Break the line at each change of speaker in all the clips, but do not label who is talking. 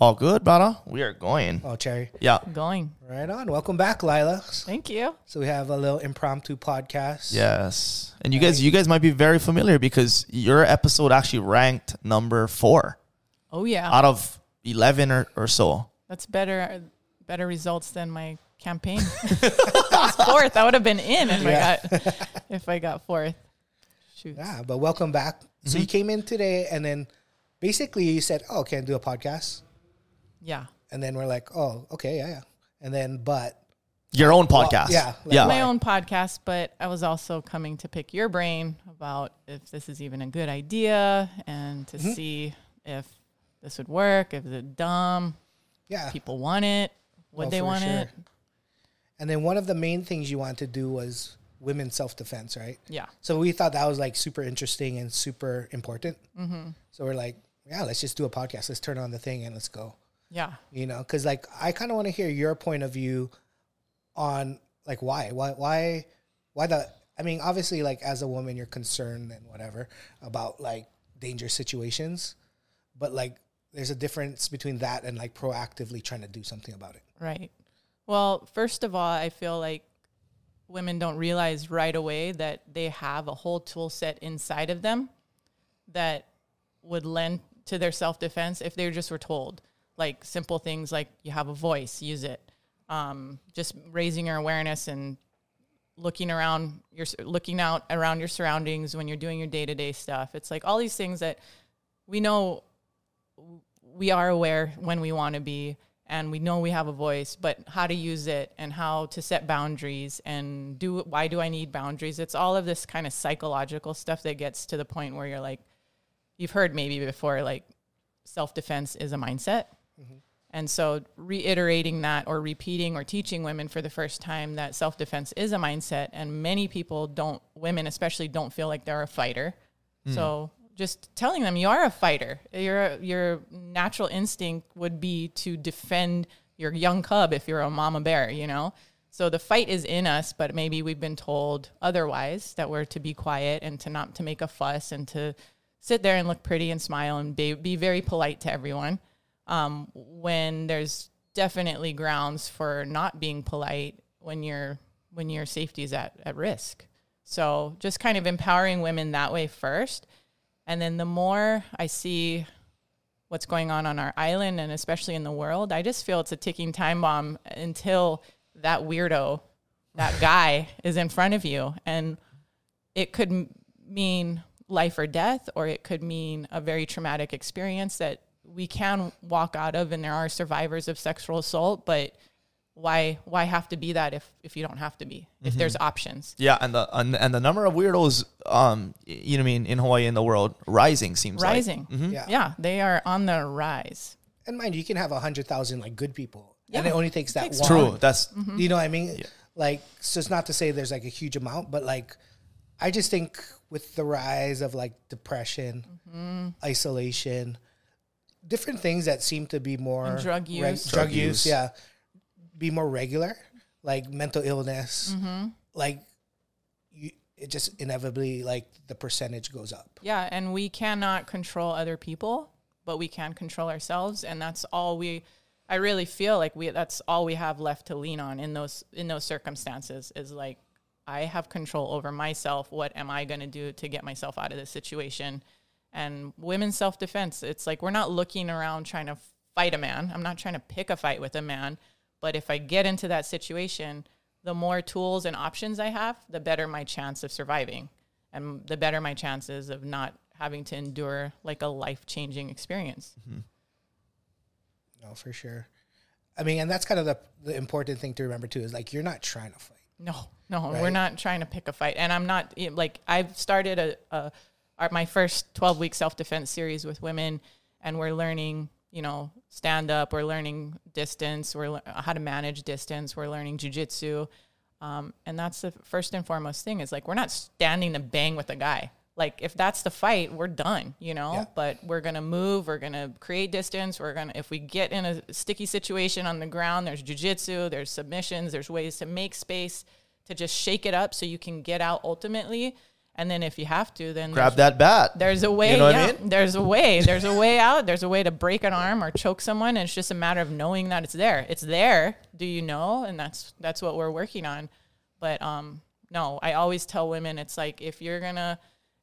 All good, brother. We are going.
Oh, Cherry.
Yeah.
Going.
Right on. Welcome back, Lila.
Thank you.
So we have a little impromptu podcast.
Yes. And you guys, you guys might be very familiar because your episode actually ranked number four
Oh yeah,
out of eleven or, or so.
that's better. Better results than my campaign. I was fourth. I would have been in if I got if I got fourth. Shoot.
Yeah, but welcome back. So you came in today, and then basically you said, "Oh, can I do a podcast?"
Yeah.
And then we're like, "Oh, okay, yeah, yeah." And then, but
Your own podcast.
yeah, like-
yeah.
My own podcast, but I was also coming to pick your brain about if this is even a good idea and to
Mm-hmm.
see if this would work, if it's dumb,
yeah.
people want it, would
Oh,
they
for
want
sure.
it?
And then one of the main things you wanted to do was women's self defense, right?
Yeah.
So we thought that was like super interesting and super important. Mm-hmm. So we're like, yeah, let's just do a podcast. Let's turn on the thing and let's go.
Yeah.
You know, because like I kind of want to hear your point of view on like why, why, why, why the. I mean, obviously, like as a woman, you're concerned and whatever about like dangerous situations, but like there's a difference between that and like proactively trying to do something about it.
Right. Well, first of all, I feel like women don't realize right away that they have a whole tool set inside of them that would lend to their self defense if they just were told. Like simple things like you have a voice, use it. Um, just raising your awareness and looking around your looking out around your surroundings when you're doing your day to day stuff. It's like all these things that we know we are aware when we want to be and we know we have a voice but how to use it and how to set boundaries and do why do i need boundaries it's all of this kind of psychological stuff that gets to the point where you're like you've heard maybe before like self-defense is a mindset and so reiterating that or repeating or teaching women for the first time that self-defense is a mindset and many people don't women especially don't feel like they're a fighter so just telling them you are a fighter. Your your natural instinct would be to defend your young cub if you're a mama bear, you know? So the fight is in us, but maybe we've been told otherwise that we're to be quiet and to not to make a fuss and to sit there and look pretty and smile and be, be very polite to everyone um, when there's definitely grounds for not being polite when your when your safety is at, at risk. So just kind of empowering women that way first. And then the more I see what's going on on our island and especially in the world, I just feel it's a ticking time bomb until that weirdo, that guy is in front of you. And it could m- mean life or death, or it could mean a very traumatic experience that we can walk out of. And there are survivors of sexual assault, but why why have to be that if if you don't have to be if there's options
Yeah, and the and, and the number of weirdos, um, y- you know, what I mean, in Hawaii in the world, rising seems like.
rising
Yeah.
yeah they are on the rise
and mind you, you can have a hundred thousand like good people, and
Yeah.
it only takes that
Takes
one.
True. That's
Mm-hmm.
You know what I mean? Like, so it's not to say there's like a huge amount, but like, I just think with the rise of like depression,
Mm-hmm.
isolation, different things that seem to be more
And drug
reg-
use.
drug,
Drug use.
use, yeah, be more regular, like mental illness,
Mm-hmm.
like you, it just inevitably like the percentage goes up.
Yeah, and we cannot control other people, but we can control ourselves, and that's all we. I really feel like we that's all we have left to lean on in those in those circumstances is like I have control over myself. What am I going to do to get myself out of this situation? And women's self defense, it's like we're not looking around trying to fight a man. I'm not trying to pick a fight with a man, but if I get into that situation, the more tools and options I have, the better my chance of surviving and the better my chances of not having to endure like a life changing experience.
No, for sure. I mean, and that's kind of the the important thing to remember too is like you're not trying to fight.
No, no, we're
Right.
not trying to pick a fight. And I'm not you know, like I've started a, a our, my first 12 week self defense series with women, and we're learning, you know, stand up. We're learning distance. We're lear- how to manage distance. We're learning jujitsu. Um, and that's the first and foremost thing is like we're not standing to bang with a guy. Like if that's the fight, we're done, you know.
Yeah.
But we're gonna move. We're gonna create distance. We're gonna if we get in a sticky situation on the ground, there's jujitsu, there's submissions, there's ways to make space to just shake it up so you can get out ultimately. And then if you have to, then
Grab that bat.
there's a way.
You know what I
yeah,
mean?
There's a way. There's a way out. There's a way to break an arm or choke someone. And it's just a matter of knowing that it's there. It's there. Do you know? And that's that's what we're working on. But um, no, I always tell women it's like if you're gonna,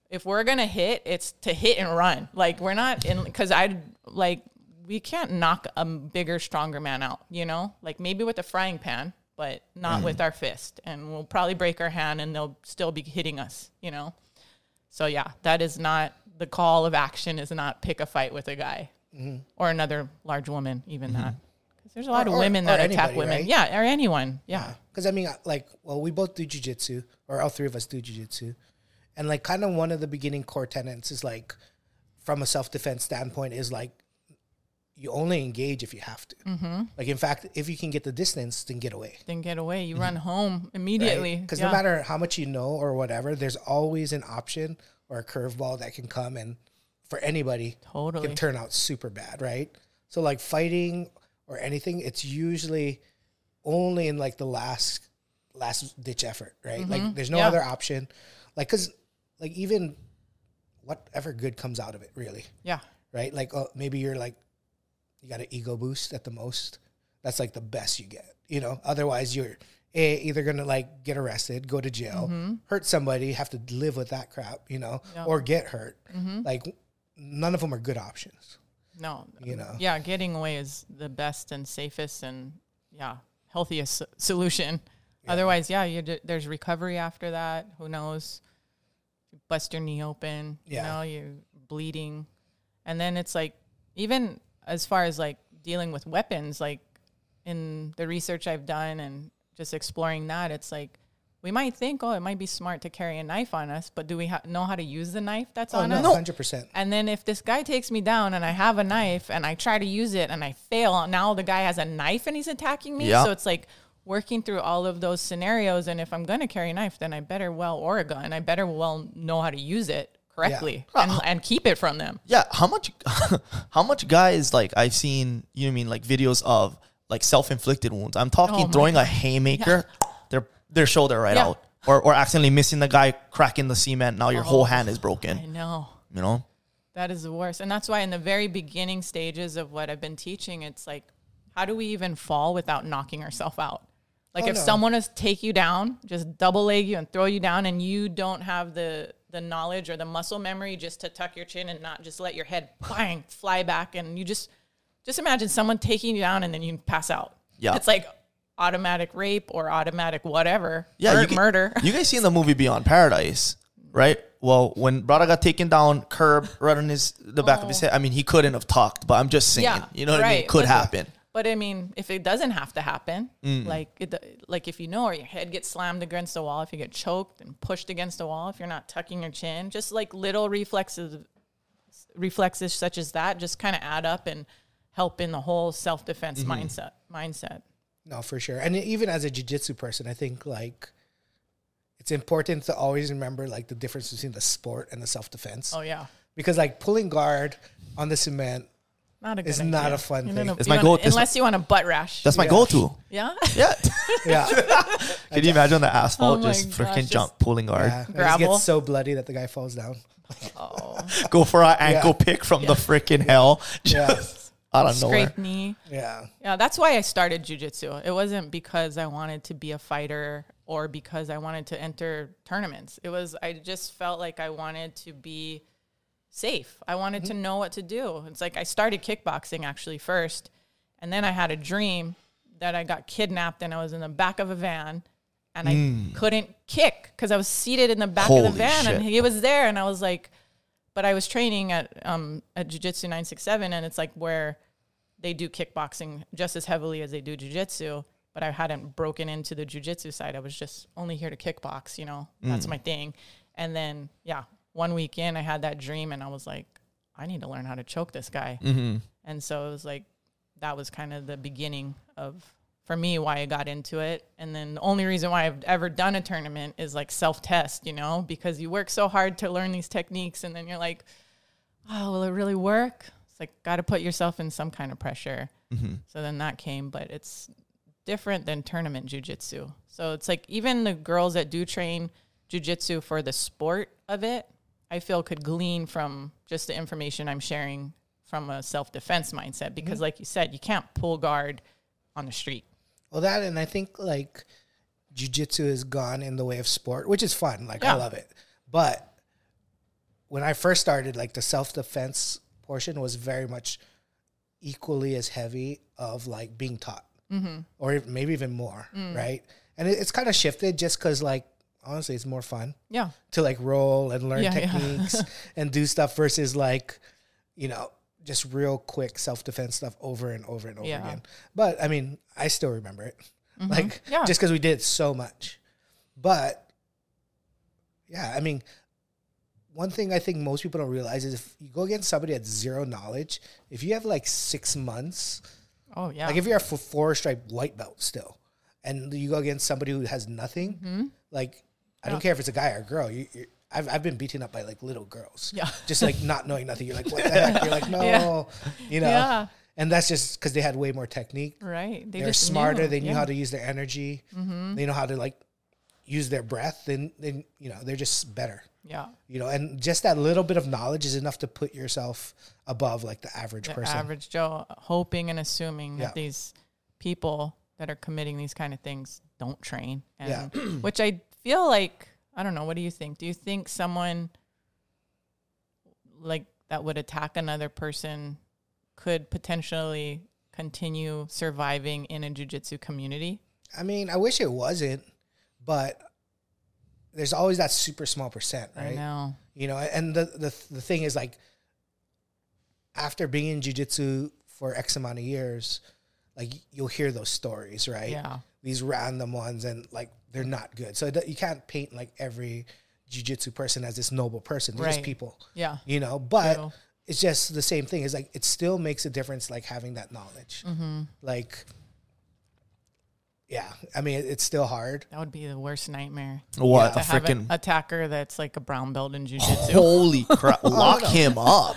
if we're gonna hit, it's to hit and run. Like we're not in because I like we can't knock a bigger, stronger man out. You know, like maybe with a frying pan. But
Mm.
not with our fist, and we'll probably break our hand, and they'll still be hitting us, you know. So yeah, that is not the call of action. Is not pick a fight with a guy or another large woman. Even that because there's a lot
Mm-hmm. Or-
of
or-
women
or
that attack
anybody,
women.
right?
Yeah, or anyone. Yeah,
Because I mean, I- like, well, we both do jujitsu, or all three of us do jujitsu, and like, kind of one of the beginning core tenets is like, from a self defense standpoint, is like, you only engage if you have to. Like, in fact, if you can get the distance, then get away.
then get away. You run home immediately.
Because
Yeah.
Mm-hmm. no matter how much you know or whatever, there's always an option or a curveball that can come, and for anybody,
Totally.
can turn out super bad, right? So like fighting or anything, it's usually only in like the last last ditch effort, right? Like there's no
Mm-hmm. Yeah.
other option. Like cuz like even whatever good comes out of it really,
yeah,
right? Like oh, maybe you're like you got an ego boost at the most. That's like the best you get, you know? Otherwise you're a, either going to like get arrested, go to jail, hurt somebody, have to live with that crap, you know,
Yeah.
or get hurt. Like none of them are good options.
no,
You know.
Yeah, getting away is the best and safest and yeah healthiest so- solution. Otherwise, yeah, you d- there's recovery after that. Who knows? You bust your knee open.
Yeah.
You know, you're bleeding. And then it's like, even as far as like dealing with weapons, like in the research I've done and just exploring that, it's like we might think, oh, it might be smart to carry a knife on us, but do we ha- know how to use the knife that's
Oh
on
no,
us?
hundred percent.
And then if this guy takes me down and I have a knife and I try to use it and I fail, now the guy has a knife and he's attacking me.
Yeah.
So it's like working through all of those scenarios. And if I'm going to carry a knife, then I better well or a gun. I better well know how to use it correctly and, and keep it from them.
Yeah, how much how much guys like I've seen, you know what I mean, like videos of like self-inflicted wounds. I'm talking
Oh my
throwing a haymaker, their their shoulder right
Yeah.
out. Or or accidentally missing the guy, cracking the cement, now your whole hand is broken.
Oh. I know.
You know?
That is the worst. And that's why in the very beginning stages of what I've been teaching, it's like, how do we even fall without knocking ourselves out? Like
Oh,
if
no.
someone is take you down, just double leg you and throw you down and you don't have the the knowledge or the muscle memory just to tuck your chin and not just let your head bang fly back and you just just imagine someone taking you down and then you pass out.
Yeah.
It's like automatic rape or automatic whatever.
Yeah,
or
you g-
murder.
You guys seen the movie Beyond Paradise, right? Well, when Brada got taken down, curb right on his the back of his head. I mean, he couldn't have talked, but I'm just saying,
Oh. Yeah,
you know what I mean?
right.
Could
But-
happen.
But I mean, if it doesn't have to happen, like it, like if you know, or your head gets slammed against the wall, if you get choked and pushed against the wall, if you're not tucking your chin, just like little reflexes, reflexes such as that, just kind of add up and help in the whole self defense
Mm-hmm.
mindset. Mindset.
No, for sure. And even as a jiu-jitsu person, I think like it's important to always remember like the difference between the sport and the self-defense.
Oh yeah,
Because like pulling guard on the cement,
not a good.
It's not
idea.
a fun
You
thing.
know,
It's
you
my
wanna-
goal- it's my-
Unless you want a butt rash.
That's my
Yeah.
go-to.
yeah.
Yeah.
yeah, yeah.
Can you imagine the asphalt
Oh my
just freaking
gosh,
jump
just-
pulling hard?
It just
Gravel.
gets so bloody that the guy falls down.
oh,
Go for an ankle pick from the freaking hell.
Yeah,
Just out of nowhere.
scrape knee.
yeah.
Yeah, that's why I started jujitsu. It wasn't because I wanted to be a fighter or because I wanted to enter tournaments. It was I just felt like I wanted to be safe. I wanted
Mm-hmm.
to know what to do. It's like I started kickboxing actually first, and then I had a dream that I got kidnapped and I was in the back of a van and I couldn't kick because I was seated in the back of
Hmm. Holy
the van and
shit.
he was there and I was like, but I was training at um at Jiu-Jitsu 967 and it's like where they do kickboxing just as heavily as they do jujitsu, but I hadn't broken into the jujitsu side. I was just only here to kickbox, you know, that's my thing. And then, yeah, one weekend I had that dream and I was like, I need to learn how to choke this guy. And so it was like, that was kind of the beginning of, for me, why I got into it. And then the only reason why I've ever done a tournament is like self test, you know, because you work so hard to learn these techniques and then you're like, oh, will it really work? It's like, got to put yourself in some kind of pressure.
Mm-hmm.
So then that came, but it's different than tournament jujitsu. So it's like, even the girls that do train jujitsu for the sport of it, I feel could glean from just the information I'm sharing from a self defense mindset. Because,
Mm-hmm.
like you said, you can't pull guard on the street.
Well, that and I think like jujitsu has gone in the way of sport, which is fun. Like
Yeah.
I love it. But when I first started, like the self defense portion was very much equally as heavy of like being taught, mm-hmm. or ev- maybe even more,
Mm.
right? And it, it's kind of shifted just because like honestly, it's more fun
Yeah.
to like roll and learn
Yeah, yeah.
techniques and do stuff versus like you know just real quick self-defense stuff over and over and over
Yeah. Mm-hmm.
again but i mean i still remember it like
Yeah.
just because we did so much but yeah i mean one thing i think most people don't realize is if you go against somebody at zero knowledge if you have like six months
Oh, yeah.
like if you're a f- four stripe white belt still, and you go against somebody who has nothing,
Mm-hmm.
like I don't care if it's a guy or a girl. You, you I've I've been beaten up by like little girls.
Yeah.
Just like not knowing nothing. You're like, what the heck? You're like, no, you know.
Yeah.
And that's just because they had way more technique.
right. They
They're
just
smarter. They knew
yeah. Mm-hmm.
how to use their energy. They know how to like use their breath. Then then you know they're just better.
Yeah.
You know, and just that little bit of knowledge is enough to put yourself above like the average
The
person.
average Joe hoping and assuming
Yeah.
that these people that are committing these kind of things don't train.
Yeah.
And, which I feel like, I don't know, what do you think? Do you think someone like that would attack another person could potentially continue surviving in a jujitsu community?
I mean, I wish it wasn't, but there's always that super small percent,
I
right?
know.
You know, and the, the the thing is like after being in jujitsu for X amount of years, like you'll hear those stories, right?
Yeah.
These random ones and like they're not good. So it- you can't paint like every jujitsu person as this noble person. They're just
Right.
people,
Yeah.
you know, but
True.
it's just the same thing. It's like it still makes a difference like having that knowledge.
Mm-hmm.
Like yeah, I mean, it- it's still hard.
That would be the worst nightmare.
What
To
a
have an
freaking
attacker that's like a Oh, brown belt in jujitsu.
holy crap! Lock him up.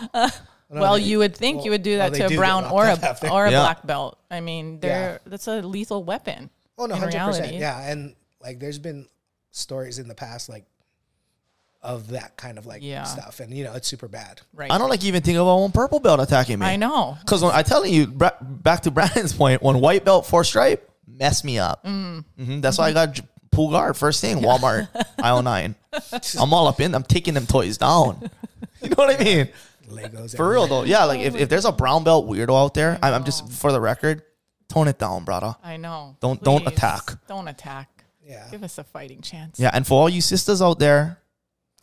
Well, you would think you would do
well,
that
they
to a
do get
brown
locked
or
up
a
after.
or a
Yeah.
black belt. I mean, they're that's a lethal weapon.
Oh no,
in
hundred percent.
reality.
Yeah, and like there's been stories in the past like of that kind of like
Yeah.
stuff, and you know it's super bad.
Right.
I don't like even think about one purple belt attacking me.
I know.
Because I'm telling you, bra- back to Brandon's point, when white belt four stripe messed me up.
Mm.
hmm That's why I got j- pull guard first thing Walmart aisle nine. I'm all up in. I'm taking them toys down. You know what I mean?
Legos
For real though, yeah. Like if, if there's a brown belt weirdo out there, I'm, I'm
Oh.
just for the record, tone it down, brother.
I know.
Don't- don't
Please,
attack.
Don't attack.
Yeah,
Give us a fighting chance.
Yeah, and for all you sisters out there,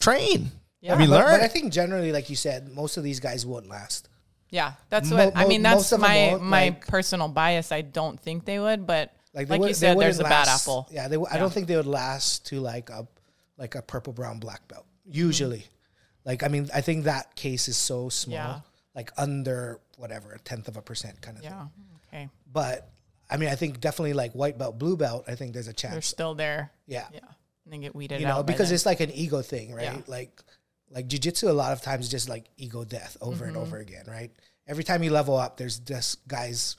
train.
Yeah.
I mean,
but,
learn.
but I think generally, like you said, most of these guys won't last.
Yeah, that's
Mo-
what I
mo-
mean.
most
That's
of 'em
my
won't,
my
like-
personal bias. I don't think they would, but like,
they
you
would- they
said, there's a
wouldn't
bad
last-
apple.
Yeah, they, w I don't think they would last to like a like a purple brown black belt usually. Like I mean, I think that case is so small,
Mm-hmm. Yeah.
like under whatever a tenth of a percent kind of thing.
Yeah. Okay.
But I mean, I think definitely like white belt, blue belt. I think there's a
They're
chance.
still there.
Yeah.
Yeah. And they get weeded
you
out
know,
by
because
then.
it's like an ego thing, right?
Yeah.
Like, like jujitsu, a lot of times is just like ego death over
Mm-hmm.
and over again, right? Every time you level up, there's just guys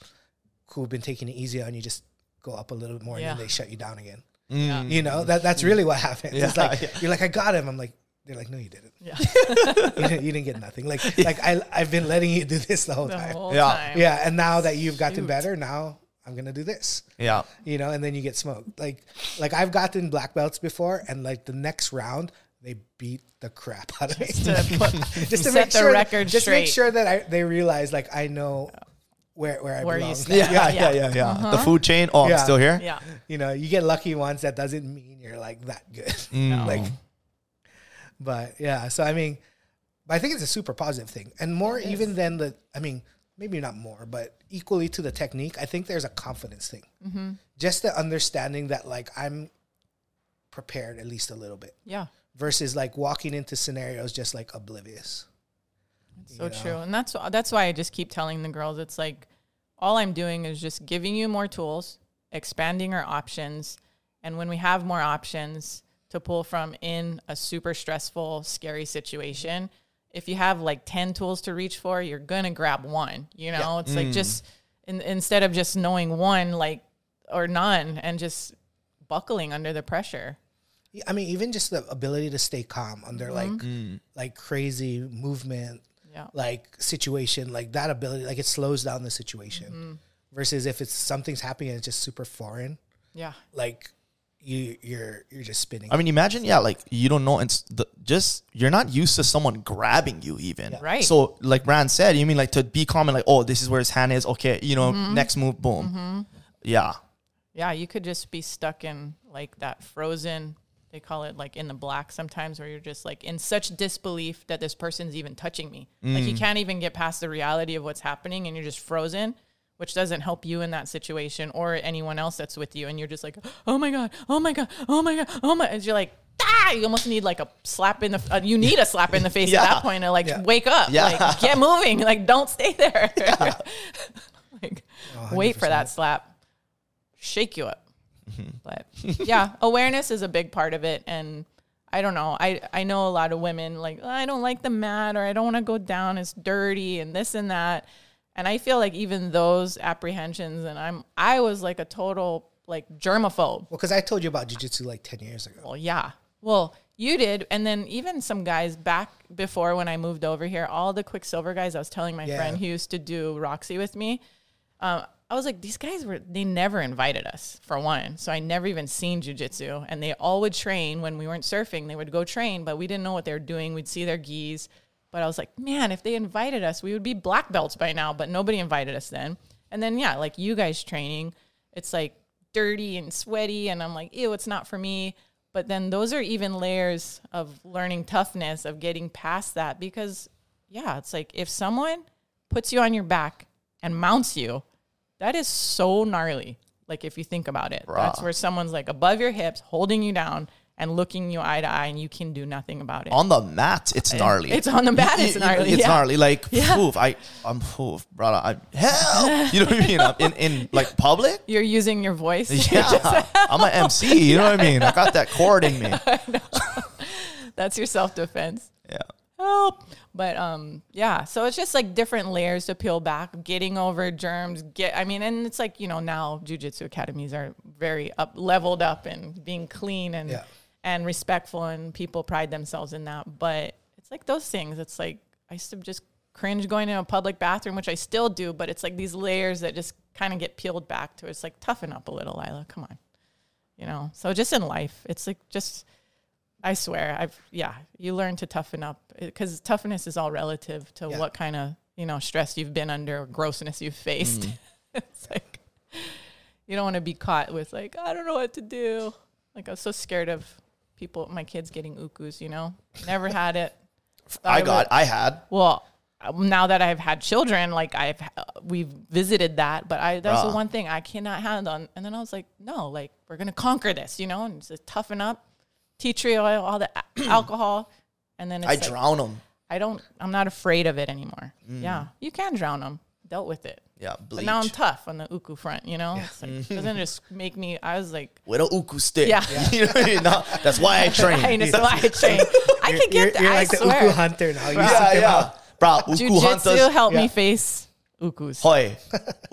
who've been taking it easy on you, just go up a little bit more, and
Yeah.
then they shut you down again.
Yeah.
You know, that that's really what happens. It's
Yeah,
like you're like, I got him. I'm like, they're like, no, you didn't.
Yeah.
You didn't, you didn't get nothing. Like, like I I've been letting you do this the whole
the
time.
whole
Yeah.
time.
Yeah, and now that you've gotten
Shoot.
better, now I'm gonna do this
yeah.
you know, and then you get smoked. Like, like I've gotten black belts before, and like the next round, they beat the crap out of me. Just
To put- set the record
just make
straight.
sure that I, they realize, like, I know where where I
Where you
belong.
stand.
Yeah, yeah, yeah,
Yeah. Uh-huh.
yeah. The food chain. Oh,
Yeah.
I'm still here.
yeah.
You know, you get lucky once. That doesn't mean you're like that good.
No.
like, but yeah. So I mean, but I think it's a super positive thing, and more even than the. I mean, maybe not more, but equally to the technique. I think there's a confidence thing. Just the understanding that like I'm prepared at least a little bit
Yeah.
versus like walking into scenarios just like oblivious.
So true. And that's that's why I just keep telling the girls it's like all I'm doing is just giving you more tools, expanding our options, and when we have more options to pull from in a super stressful, scary situation, if you have like 10 tools to reach for, you're going to grab one. You know, it's like just in, instead of just knowing one like or none and just buckling under the pressure.
Yeah, I mean, even just the ability to stay calm under like like crazy movement,
Yeah.
like situation, like that ability, like it slows down the situation.
Mm-hmm.
Versus if it's something's happening and it's just super foreign,
Yeah.
like you you're you're just spinning.
I mean, imagine, yeah, like you don't know, and the, just you're not used to someone grabbing you, even
Right.
So, like Rand said, you mean like to be calm and like, oh, this is where his hand is. Okay, you know,
Mm-hmm.
next move, boom. Yeah,
Yeah. You could just be stuck in like that frozen, they call it like in the black sometimes, where you're just like in such disbelief that this person's even touching me. Like you can't even get past the reality of what's happening and you're just frozen, which doesn't help you in that situation or anyone else that's with you. And you're just like, oh my God, oh my God, oh my God, oh my. And you're like, ah, you almost need like a slap in the, uh, you need a slap in the face at
Yeah.
that point to like
Yeah.
wake up,
Yeah.
like get moving, like don't stay there. like wait for that slap shake you up but yeah awareness is a big part of it and i don't know i i know a lot of women like "Oh, i don't like the mat or i don't want to go down it's dirty and this and that and i feel like even those apprehensions and i'm i was like a total like germaphobe
well, because I told you about jujitsu like ten years ago.
well, yeah. Well, you did, and then even some guys back before when I moved over here, all the Quicksilver guys. I was telling my
Yeah.
friend who used to do Roxy with me. Um, I was like, these guys were they never invited us for one, so I never even seen jujitsu, and they all would train when we weren't surfing. They would go train, but we didn't know what they were doing. We'd see their gis, but I was like, man, if they invited us, we would be black belts by now. But nobody invited us then. And then yeah, like you guys training, it's like dirty and sweaty and I'm like, ew, it's not for me. But then those are even layers of learning toughness, of getting past that because yeah, it's like if someone puts you on your back and mounts you, that is so gnarly. Like if you think about it. That's where someone's like above your hips, holding you down and looking you eye to eye and you can do nothing about it.
on the mat, it's gnarly.
It's on the mat, it's
You- you-
gnarly,
It's
yeah.
gnarly. Like, poof, I, I'm poof, brother. I'm hell. You know what I mean? I'm in, in like public.
You're using your voice.
Yeah, I'm an MC. You know what I mean? I got that chord in me. Yeah,
That's your self defense. help. But um, yeah. So it's just like different layers to peel back, getting over germs. Get, I mean, and it's like you know now jujitsu academies are very up leveled up and being clean and
Yeah.
and respectful, and people pride themselves in that. But it's like those things. It's like I used to just cringe going in a public bathroom, which I still do. But it's like these layers that just kind of get peeled back to. It's like toughen up a little, Lila. Come on. You know, so just in life, it's like just I swear, I've yeah, you learn to toughen up because toughness is all relative to
Yeah.
what kind of you know stress you've been under or grossness you've faced.
Mm-hmm.
it's like you don't want to be caught with like I don't know what to do. Like I was so scared of people, my kids getting ukus. You know, never had it. Thought
I
it
got,
was-
I had.
well. uh, Now that I've had children, like I've uh, we've visited that, but I that's the
Bruh.
one thing I cannot handle. And- And then I was like, no, like we're gonna conquer this, you know, and it's just toughen up tea tree oil, all the a- alcohol, and then it's
I
like,
drown them.
I don't. I'm not afraid of it anymore. Yeah, you can drown them. Dealt with it.
Yeah,
But
bleach.
now I'm tough on the uku front. You know, it's like, doesn't it just make me. I was like,
with a uku stick.
Yeah.
you know what I mean? No, that's why I train.
I know why I train. I can
You're,
get that.
you're
I
like the
swear.
uku hunter now. You
yeah, yeah. Bro, uku
Jujitsu
hunters.
helped me
Yeah.
face ukus.
Hoy,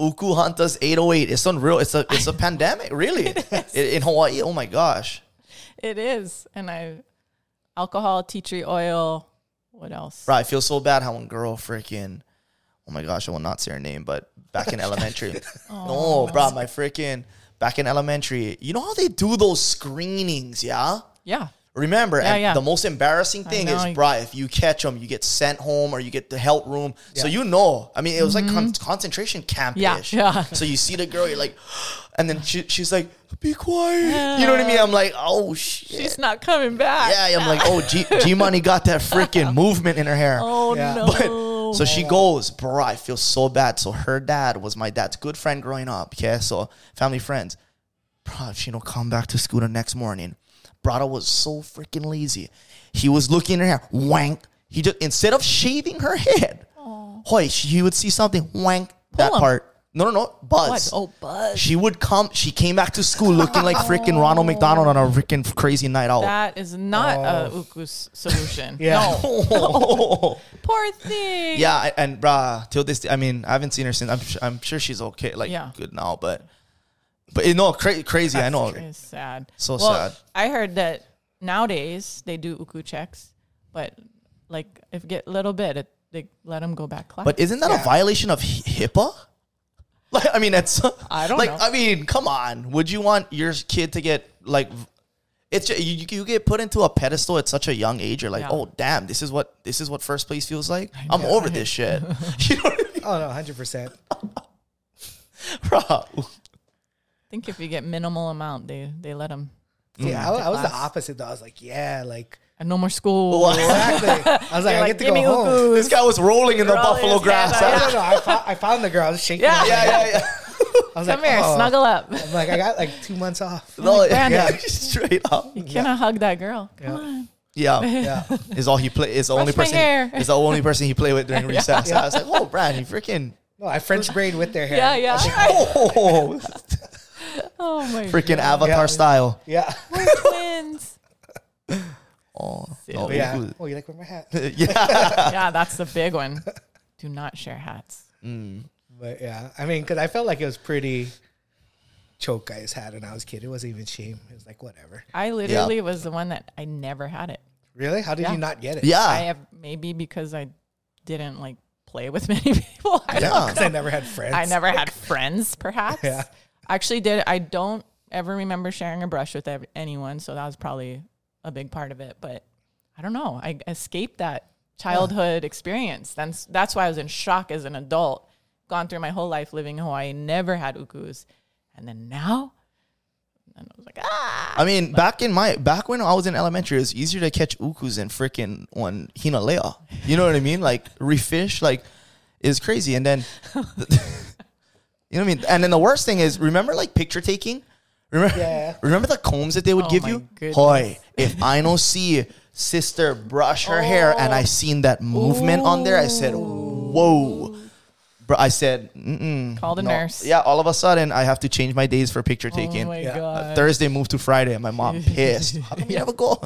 uku hunters 808. It's unreal. It's a it's a pandemic, really. in, in Hawaii. Oh my gosh.
It is, and I alcohol, tea tree oil. What else?
Bro, I feel so bad how one girl freaking oh my gosh, I will not say her name, but back in elementary. No, bro, my freaking back in elementary. You know how they do those screenings, yeah?
Yeah,
Remember, and
yeah.
the most embarrassing thing is,
know.
bruh, if you catch them, you get sent home or you get the health room. So you know, I mean, it was like con- concentration camp ish.
Mm-hmm. Yeah, yeah.
So you see the girl, you're like, and then she, she's like, be quiet. You know what I mean? I'm like, oh shit.
she's not coming back.
yeah, I'm like, oh, G, G Money got that freaking movement in her hair.
Oh
Yeah.
no.
But- so she goes, bro, I feel so bad. So her dad was my dad's good friend growing up. Okay, so family friends. Bro, if she don't come back to school the next morning, Brada was so freaking lazy. He was looking at her hair, wank. He just instead of shaving her head, hoy, she, he would see something wank that
him.
part. No, no, no,
What?
buzz.
Oh, buzz. Oh.
She would come. She came back to school looking like freaking Ronald McDonald on a freaking crazy night out.
That is not a ukus solution.
Oh. Yeah.
No. Oh. Poor thing.
Yeah, I- and brah, till this day, I mean, I haven't seen her since. I'm, su- I'm sure she's okay, like
Yeah.
good now, but but you know, cra- crazy. I know.
It's sad.
So sad.
I heard that nowadays they do uku checks, but like if you get a little bit, it, they let them go back class.
But isn't that a
Yeah.
violation of hi- HIPAA? Like, I mean, it's
I don't
like,
know.
I mean, come on. Would you want your kid to get like? v- It's ju- you, you get put into a pedestal at such a young age. You're like,
Yeah.
oh damn, this is what this is what first place feels like. I'm over this shit. you know what I mean?
Oh no, hundred percent.
Bro,
I think if you get minimal amount, they they let them.
Yeah, I, I was the
Mm. class.
opposite though. I was like, yeah, like
And no more school.
exactly. I was like,
You're
I
like,
get to
"Give me
go home.
ukus."
this guy was rolling in the
Rolling
buffalo
his
grass.
hand
I
out.
yeah,
don't know. I, fo- I found the girl. I was shaking.
Yeah.
her.
yeah, yeah.
I was
Come
like,
here,
oh.
snuggle up.
I'm like I got like two months off.
No,
like,
yeah,
Brandon.
straight up.
You cannot hug that girl.
Yeah.
Come on.
Yeah,
Yeah,
is all he play. Is the only
Brush my
person.
hair.
Is the only person he played with during recess. I was like, oh, Brad, you freaking.
no, I French braid with their hair.
Yeah, yeah.
Oh,
oh my
freaking
God.
Avatar
Yeah.
style.
yeah,
We're twins.
Oh,
Silly.
yeah.
yeah.
Oh, you like wear my hat?
yeah, that's the big one. Do not share hats.
But yeah, I mean, because I felt like it was pretty choke guys had when I was a kid. It wasn't even shame. It was like whatever.
I literally was the one that I never had it.
Really? How did
Yeah.
you not get it?
I
yeah.
have maybe because I didn't like play with many people. I, don't-
Yeah.
'Cause I never had friends.
I never had friends, perhaps.
Yeah.
I actually did. I don't ever remember sharing a brush with ev- anyone, so that was probably a big part of it. But I don't know. I escaped that childhood experience. That's that's why I was in shock as an adult. Gone through my whole life living in Hawaii, never had ukus, and then now, and I was like, ah,
I mean, back in my back when I was in elementary, it was easier to catch ukus and freaking on Hinalea. You know what I mean? Like refish, like is crazy. And then, you know what I mean? And then the worst thing is, remember like picture taking. Remember,
Yeah.
remember the combs that they would
Oh
give
my
you.
goodness.
Hoy, if I don't see sister brush her hair, and
Oh.
I seen that movement on there, I said, "Whoa." Bro, I said, Mm-mm,
Call the nurse.
Yeah, all of a sudden, I have to change my days for picture taking.
oh my
Yeah.
god.
Uh, Thursday moved to Friday, and my mom pissed. How come you never go?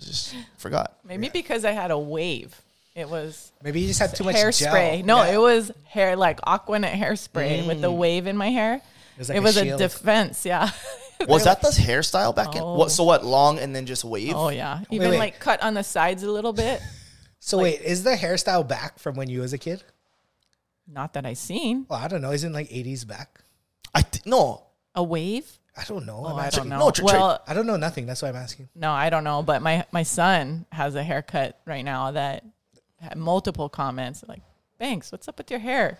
Just forgot.
Maybe because I had a wave. It was
Maybe you just had too much
hairspray.
gel.
No,
Yeah. Mm.
it was hair like Aquanet hairspray with the wave in my hair. It was,
was like a
a,
shield.
defense. Yeah.
Was that the hairstyle back in?
Oh.
What? So what? Long and then just wave.
oh yeah. Even
wait.
like cut on the sides a little bit.
So wait, is the hairstyle back from when you was a kid?
Not that I seen
Well, I don't know. Isn't like eighties back?
I th- no.
a wave.
I don't know.
Oh,
I'm
I
asking.
don't know.
no, tr- tr-
well,
I don't know nothing. That's why I'm asking.
no, I don't know. But my my son has a haircut right now that had multiple comments like, "Banks, what's up with your hair?"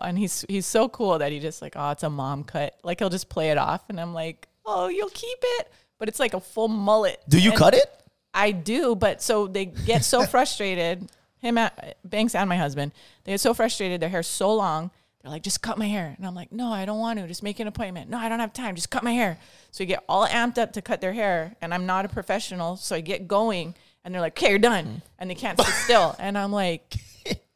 And he's he's so cool that he just like, "Oh, it's a mom cut." Like he'll just play it off, and I'm like, "Oh, you'll keep it." But it's like a full mullet.
Do you
And-
cut it?
I do, but so they get so frustrated. Him, at, Banks, and my husband, they get so frustrated. Their hair's so long. They're like, just cut my hair. And I'm like, no, I don't want to. Just make an appointment. No, I don't have time. Just cut my hair. So you get all amped up to cut their hair, and I'm not a professional, so I get going, and they're like, okay, you're done,
Mm.
and they can't sit still, and I'm like,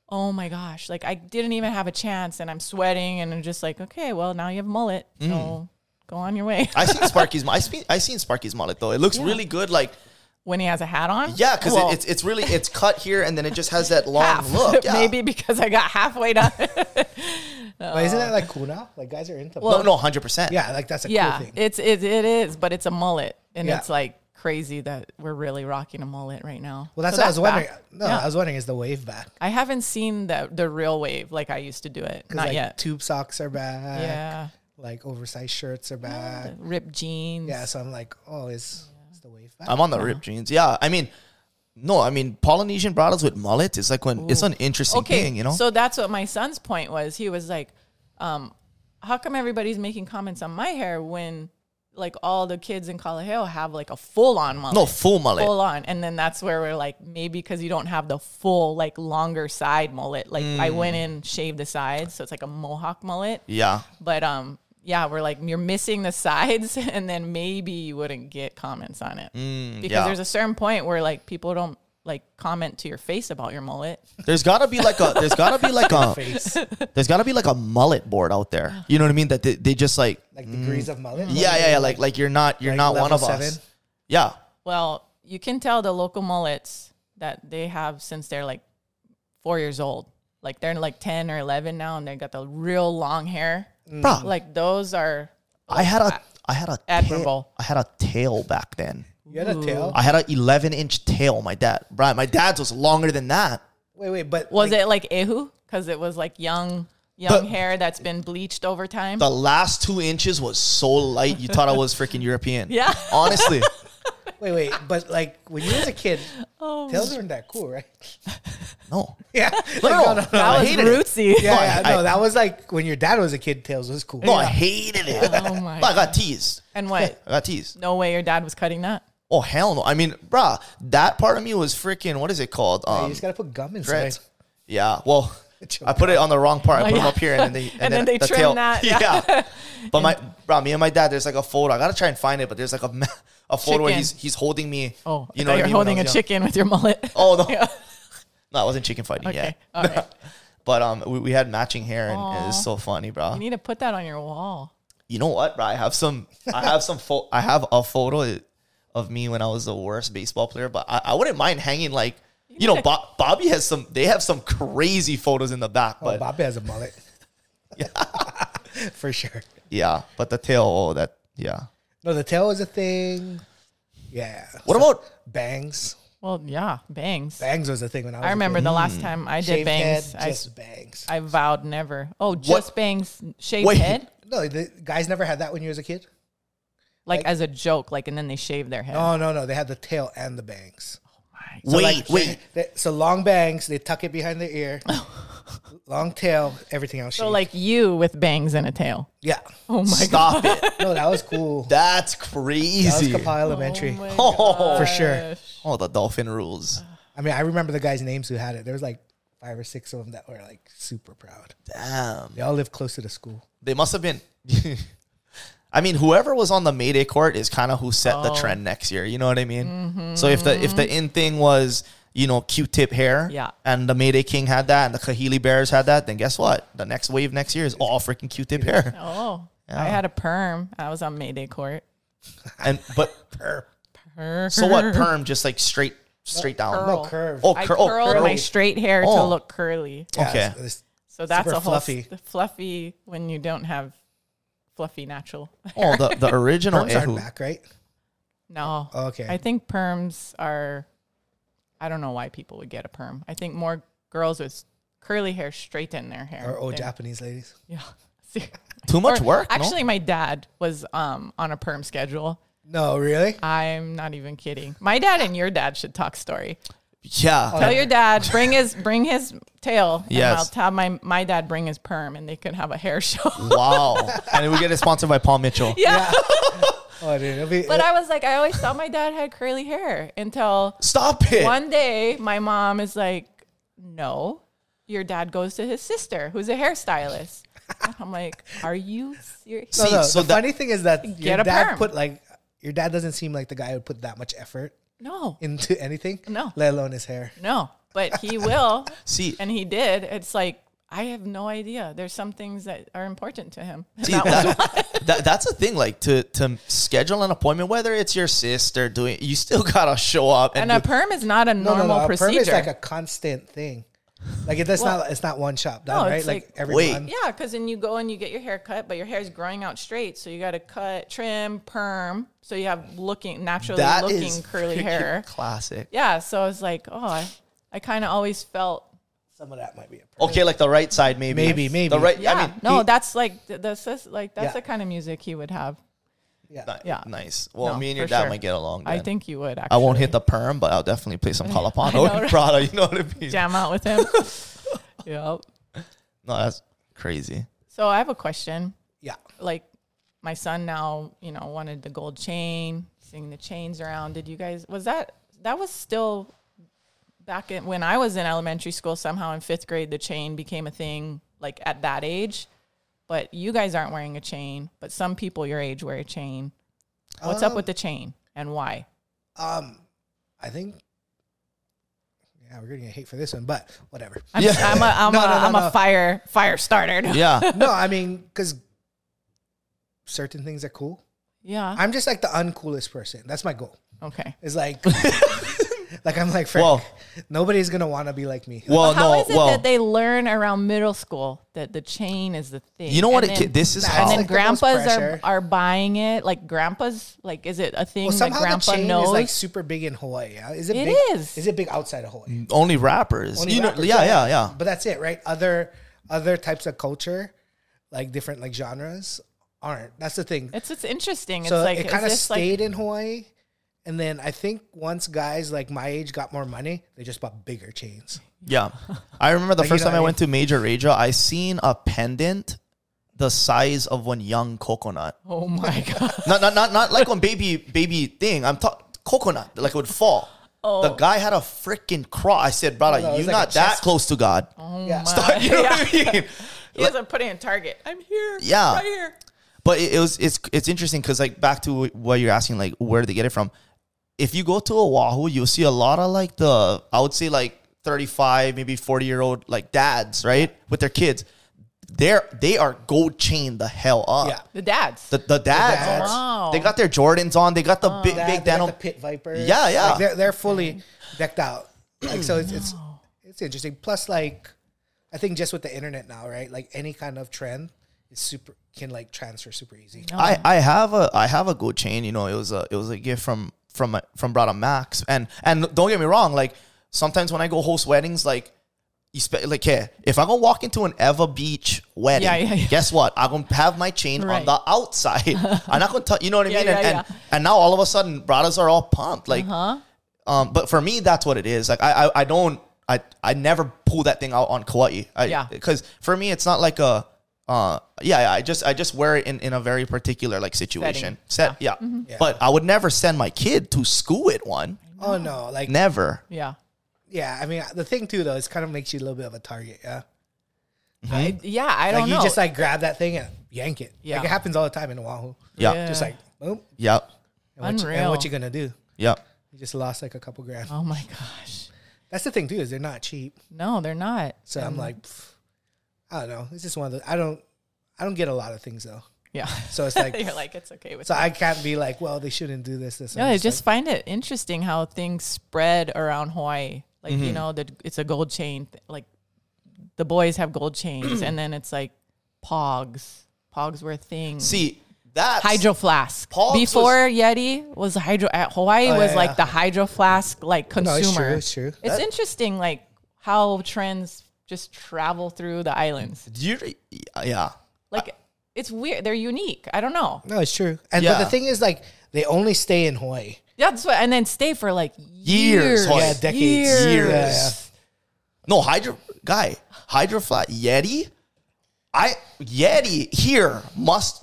oh my gosh, like I didn't even have a chance, and I'm sweating, and I'm just like, okay, well now you have mullet, so
Mm.
go on your way.
I seen Sparky's. mu- I spe- I seen Sparky's mullet though. It looks really good. Like
when he has a hat on,
yeah, because
Well,
it, it's it's really it's cut here and then it just has that long
Um,
half.
look. Yeah.
Maybe because I got halfway done.
But isn't that like cool now? Like guys are into.
No, no, hundred percent.
yeah, like that's a
yeah,
cool thing.
it's it, it is, but it's a mullet, and
Yeah.
it's like crazy that we're really rocking a mullet right now.
well, that's
So
what I was wondering.
back.
No,
Yeah.
I was wondering is the wave back?
I haven't seen the the real wave like I used to do it.
'Cause,
Not
like,
yet.
Tube socks are back.
yeah,
Like oversized shirts are back.
ripped jeans.
Yeah, so I'm like, oh, is, is the wave back?
I'm on the
Uh-huh.
ripped jeans. Yeah, I mean, no, I mean Polynesian bridals with mullets is like when it's an interesting thing, you know.
So that's what my son's point was. He was like, um, how come everybody's making comments on my hair when like all the kids in Kalaheo have like a full on mullet?
no full mullet.
full on. And then that's where we're like, maybe because you don't have the full, like longer side mullet. Like I went in, shaved the sides, so it's like a mohawk mullet.
Mm. yeah.
But um, yeah, we're like, you're missing the sides, and then maybe you wouldn't get comments on it because
Mm, yeah.
there's a certain point where like people don't like comment to your face about your mullet.
There's gotta be like a there's gotta be like a
Face.
there's gotta be like a mullet board out there. You know what I mean? That they, they just like
Like degrees of mullet.
yeah yeah yeah like like you're not you're not one
level
of us.
seven?
Yeah.
Well, you can tell the local mullets that they have since they're like four years old. Like they're like ten or eleven now, and they got the real long hair.
Bruh,
Like those are
I had a I had a
Admirable.
Tail, I had a tail back then.
You had a tail.
I had an 11 inch tail. My dad, Brian, my dad's was longer than that.
Wait, wait, but
Was
like,
it like Ehu? Because it was like young, young hair that's been bleached over time.
The last two inches was so light, you thought I was freaking European.
Yeah.
honestly,
Wait, wait, but like when you was a kid, tails weren't that cool, right?
no.
Yeah,
No, no, no,
that
I
was
hated it.
rootsy.
yeah, yeah,
I-
no, that was like when your dad was a kid. Tails was cool.
No, I hated it.
Oh my
But I got teased.
And what?
I got teased.
No way your dad was cutting that.
Oh hell no! I mean, bruh, that part of me was freaking. What is it called?
you
Um,
just gotta put gum inside.
dreads. Yeah. Well, I put it on the wrong part. I
Oh,
put
yeah.
them up here, and then they and,
And then they
the
trim
tail.
that,
Yeah.
yeah.
But my bro, me and my dad, there's like a photo. I gotta try and find it, but there's like a ma- a photo where
Chicken.
he's he's holding me.
Oh,
you
you
know, what I mean,
you're
when I
holding a
was young.
chicken with your mullet.
Oh no,
Yeah.
no, it wasn't chicken fighting
Okay.
yet.
All right.
But um, we, we had matching hair, and it was so
Aw.
funny, bro.
You
You,
need to put that on your wall.
know what, bro? I have some. I have some. Fo- I have a photo of me when I was the worst baseball player, but I, I wouldn't mind hanging like. You know,
need a-
Bob, Bobby has some. They have some crazy photos in the back,
Oh,
but
Bobby has a mullet. for sure.
Yeah, but the tail, oh, that, yeah.
No, the tail was a thing. Yeah.
What about,
bangs?
Well, yeah, bangs.
Bangs was a thing when I was.
I
a
remember
kid.
the
Mm.
last time I did
Shaved
bangs.
head,
I,
just bangs.
I vowed never. Oh, just bangs, shaved
Wait.
head,
no, the guys never had that when you was a kid.
like, as a joke, like, and then they shave their head.
Oh no, no, they had the tail and the bangs.
wait,
like,
wait.
They- so long bangs, they tuck it behind their ear.
Oh.
long tail, everything else.
so
shaved.
like you with bangs and a tail.
yeah.
Oh my
Stop it.
No, that was cool.
That's
that was
crazy.
Kappa Elementary.
God.
Oh,
for sure.
oh, the dolphin rules.
I mean, I remember the guys' names who had it. There was like five or six of them that were like super proud.
Damn.
They all lived close to the school.
They must have been. I mean, whoever was on the Mayday court is kind of who set the trend next year. You know what I mean? So if the if the in thing was you know Q-tip hair,
Yeah.
and the Mayday King had that, and the Kahili Bears had that, then guess what? The next wave next year is all freaking Q-tip hair.
Oh, I had a perm. I was on Mayday court.
And but
Perm.
so what? Perm just like straight straight down.
Curl.
No curve.
Oh,
I
cur- oh,
curled my
curly.
straight hair to
Oh.
look curly.
Yeah,
Okay.
it's- it's-
So that's
Super
a whole s-
fluffy.
fluffy when you don't have fluffy natural.
Oh, the, the original
Arms aren't
Ehu.
back, right?
No.
Okay.
I think perms are I don't know why people would get a perm. I think more girls with curly hair straighten their hair.
Or old
than-
Japanese ladies.
Yeah. See?
Too oh, much
Or-
work.
Actually, my dad was um, on a perm schedule.
No, really?
I'm not even kidding. My dad and your dad should talk story.
no? yeah.
Tell your dad bring his bring his tail. And
Yes.
I'll tell my my dad bring his perm, and they could have a hair show.
wow. and we get it sponsored by Paul Mitchell.
yeah.
Oh, dude. It'll be,
But I was like, I always thought my dad had curly hair until
Stop it.
one day my mom is like, No, your dad goes to his sister, who's a hairstylist. And I'm like, Are you serious?
no,
See,
no,
so
the
that-
funny thing is that your
a
dad
perm.
put like, your dad doesn't seem like the guy who would put that much effort
No,
into anything.
No.
Let alone his hair.
no. But he will.
See,
And he did. It's like, I have no idea. There's some things that are important to him. And
see
that was
that, that, that's the thing. Like to to schedule an appointment, whether it's your sister doing, you still gotta show up. And,
And a
do-
perm is not a normal
a
procedure.
Perm is like a constant thing. Like it, that's
Well-
not. It's not one shop done,
No,
right?
it's
Like,
like-
every
Wait.
month.
yeah, because then you go and you get your hair cut, but your hair is growing out straight, so you got to cut, trim, perm, so you have looking naturally
that
looking
is
curly
freaking
hair.
Classic.
Yeah, so I was like, oh, I, I kind of always felt
Some of that might be. A perm.
Okay, like the right side, maybe.
Maybe, maybe.
The right.
yeah.
I mean,
no,
he-
that's like th- that's just, like that's
Yeah.
the kind of music he would have.
Yeah.
ni-
yeah.
Nice. Well,
No,
me and your
for
dad
sure.
might get along.
I
then.
think you would. Actually.
I won't hit the perm, but I'll definitely play some Kalapano
know,
and
right?
Prada. You know what I mean?
jam out with him. yep.
No, that's crazy.
So I have a question.
Yeah.
Like, my son now, you know, wanted the gold chain, seeing the chains around. Did you guys? Was that that was still back in when I was in elementary school? Somehow in fifth grade, the chain became a thing. Like at that age, but you guys aren't wearing a chain. But some people your age wear a chain. What's
Oh.
up with the chain and why?
Um, I think. Yeah, we're gonna get hate for this one, but whatever.
I'm,
Yeah.
I'm a I'm
No,
a,
no, no,
am
no.
a fire fire starter. Yeah.
Yeah.
no, I mean, because certain things are cool. I'm just like the uncoolest person. That's my goal.
Okay.
It's like Like I'm like Frank.
Well-
nobody's gonna want to be like me.
Well,
how
no,
is it
well,
that they learn around middle school that the chain is the thing?
you know what?
And
It,
then-
ca- this is
Nah,
how.
and then
Like the most
grandpas
pressure.
are are buying it. Like grandpas, like is it a thing
Well,
that
somehow the
grandpa
chain
knows?
is like super big in Hawaii. Yeah? Is it?
It
big,
is.
Is it big outside of Hawaii?
only rappers.
Only
you know,
rappers,
yeah, yeah, yeah.
But that's it, right? Other other types of culture, like different like genres, aren't. That's the thing.
it's it's interesting. It's
so
like
it
is
kind of
this, like
stayed in Hawaii, and then I think once guys like my age got more money, they just bought bigger chains.
Yeah. I remember the
Like, you
first
know
time I
what I
went to Major Raja, I seen a pendant the size of one young coconut.
oh my god.
Not not not, not like one baby baby thing. I'm talking coconut, like it would fall.
Oh.
The guy had a freaking cross. I said, brother,
no, it was
you're
like
not
a
that
chest-
close to God.
Mm, Oh
yeah,
Stop, you know what I mean?
He doesn't put it in target. I'm here.
Yeah.
Right here.
But it, it was it's it's interesting because like back to what you're asking, like where do they get it from? If you go to Oahu, you'll see a lot of like the I would say like 35, maybe 40 year old like dads, right, with their kids. They're they are gold chain the hell up.
Yeah.
The dads.
The the dads,
dads.
Wow.
they got their Jordans on. They got the big
That-
big
they got
denim.
the pit vipers.
Yeah, yeah.
Like, they're they're fully decked out. Like so, it's it's it's interesting. Plus, like I think just with the internet now, right? Like any kind of trend is super can like transfer super easy.
I, I have a I have a gold chain. You know, it was a it was a gift from from my- from brother Max. And and don't get me wrong, like sometimes when I go host weddings, like you spe- like here, if I'm gonna walk into an Eva Beach wedding,
Yeah, yeah, yeah.
guess what? I'm gonna have my chain on
Right.
the outside. I'm not gonna tell you know what I
Yeah,
mean. and,
yeah, Uh-huh.
and and now all of a sudden, brothers are all pumped. Like, um, but for me, that's what it is. Like I I, I don't. I, I never pull that thing out on Kauai. I,
Yeah.
Because for me, it's not like a, uh, yeah, yeah, I just I just wear it in, in a very particular like situation. Set, yeah.
Mm-hmm.
But I would never send my kid to school at one.
Oh no, like
Never.
yeah.
yeah. I mean, the thing too though is kind of makes you a little bit of a target. Yeah,
I, yeah. I
Mm-hmm. like
don't
you
know.
just like grab that thing and yank it.
Yeah.
like it happens all the time in Oahu.
Yeah.
Yeah.
just like boom.
Yep.
And what, you, and
Unreal.
what you gonna do?
Yep.
You just lost like a couple grand.
oh my gosh.
That's the thing too is they're not cheap.
No, they're not.
So I'm like, pff, I don't know. It's just one of the I don't I don't get a lot of things though.
Yeah.
So it's like
You're like it's okay with.
so I can't be like, well, they shouldn't do this. This.
No,
and
I
this.
just find it interesting how things spread around Hawaii. Like
Mm-hmm.
you know, that it's a gold chain. th- Like the boys have gold chains, and then it's like pogs. Pogs were a thing.
See, that's
hydro flask.
Pogs was-
Before Yeti was the hydro. At Hawaii
Oh,
was
yeah,
like
yeah.
the hydro flask like
no,
consumer.
it's true. It's true.
It's interesting, like how trends just travel through the islands.
Do you, re- yeah.
Like it's weird. They're unique. I don't know.
No, it's true. And but
Yeah.
the thing is, like, they only stay in Hawaii.
That's what. And then stay for like
Years,
years.
Hawaii.
Yeah, decades.
Years.
Years.
Yeah, yeah.
No, Hydro guy, Hydro Flat Yeti. I Yeti here must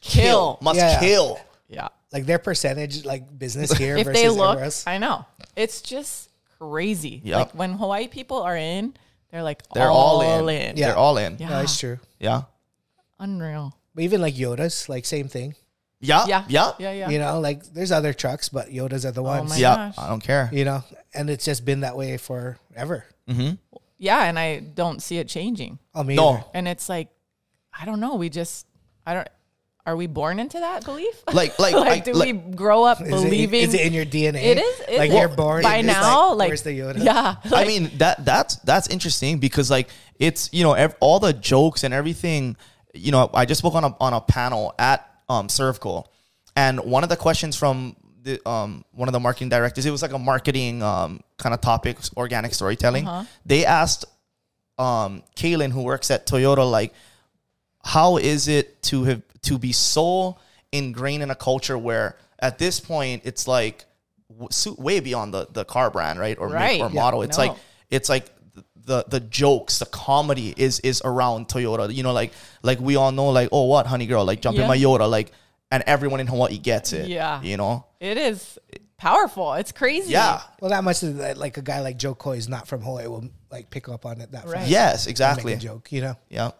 kill,
Kill.
must
Yeah.
kill.
Yeah.
Like their percentage, like business here
if
versus
they look,
everywhere else.
I know it's just crazy.
Yep.
Like when Hawaii people are in, they're like
They're all, in.
Yeah.
They're all in.
Yeah.
No, it's true.
Yeah.
Unreal.
But even like Yodas, like same thing.
Yeah.
Yeah.
Yeah.
Yeah. Yeah.
Uh,
Oh
You know, like there's other trucks, but Yodas are the ones.
my-
Yeah.
gosh.
I don't care.
You know, and it's just been that way forever.
Yeah, And I don't see it changing.
I mean,
No.
And it's like, I don't know. We just, I don't. Are we born into that belief?
Like- like-
like
like-
do
like-
we grow up
is
believing?
it, is it in your DNA?
It is- is
like
it?
you're born
by
and it's
now. Like,
where's the Yoda?
Yeah. Like,
I mean that that's that's interesting because like it's you know ev- all the jokes and everything. You know, I just spoke on a on a panel at um, Servco, and one of the questions from the um, one of the marketing directors, it was like a marketing um, kind of topic, organic storytelling.
Uh-huh.
They asked um, Kaylin, who works at Toyota, like, how is it to have to be so ingrained in a culture where at this point it's like w- su- way beyond the, the car brand, right, or
Right.
make or
Yeah.
model. It's
No.
like it's like the the jokes, the comedy is is around Toyota. You know, like like we all know, like oh what, honey girl, like jump in
Yeah.
my Yoda, like, and everyone in Hawaii gets it.
Yeah.
you know,
it is powerful. It's crazy.
yeah,
Well, that much is that, like a guy like Joe Coy is not from Hawaii will like pick up on it that
Right.
fast.
yes,
and
exactly.
Make a joke, you know.
Yeah.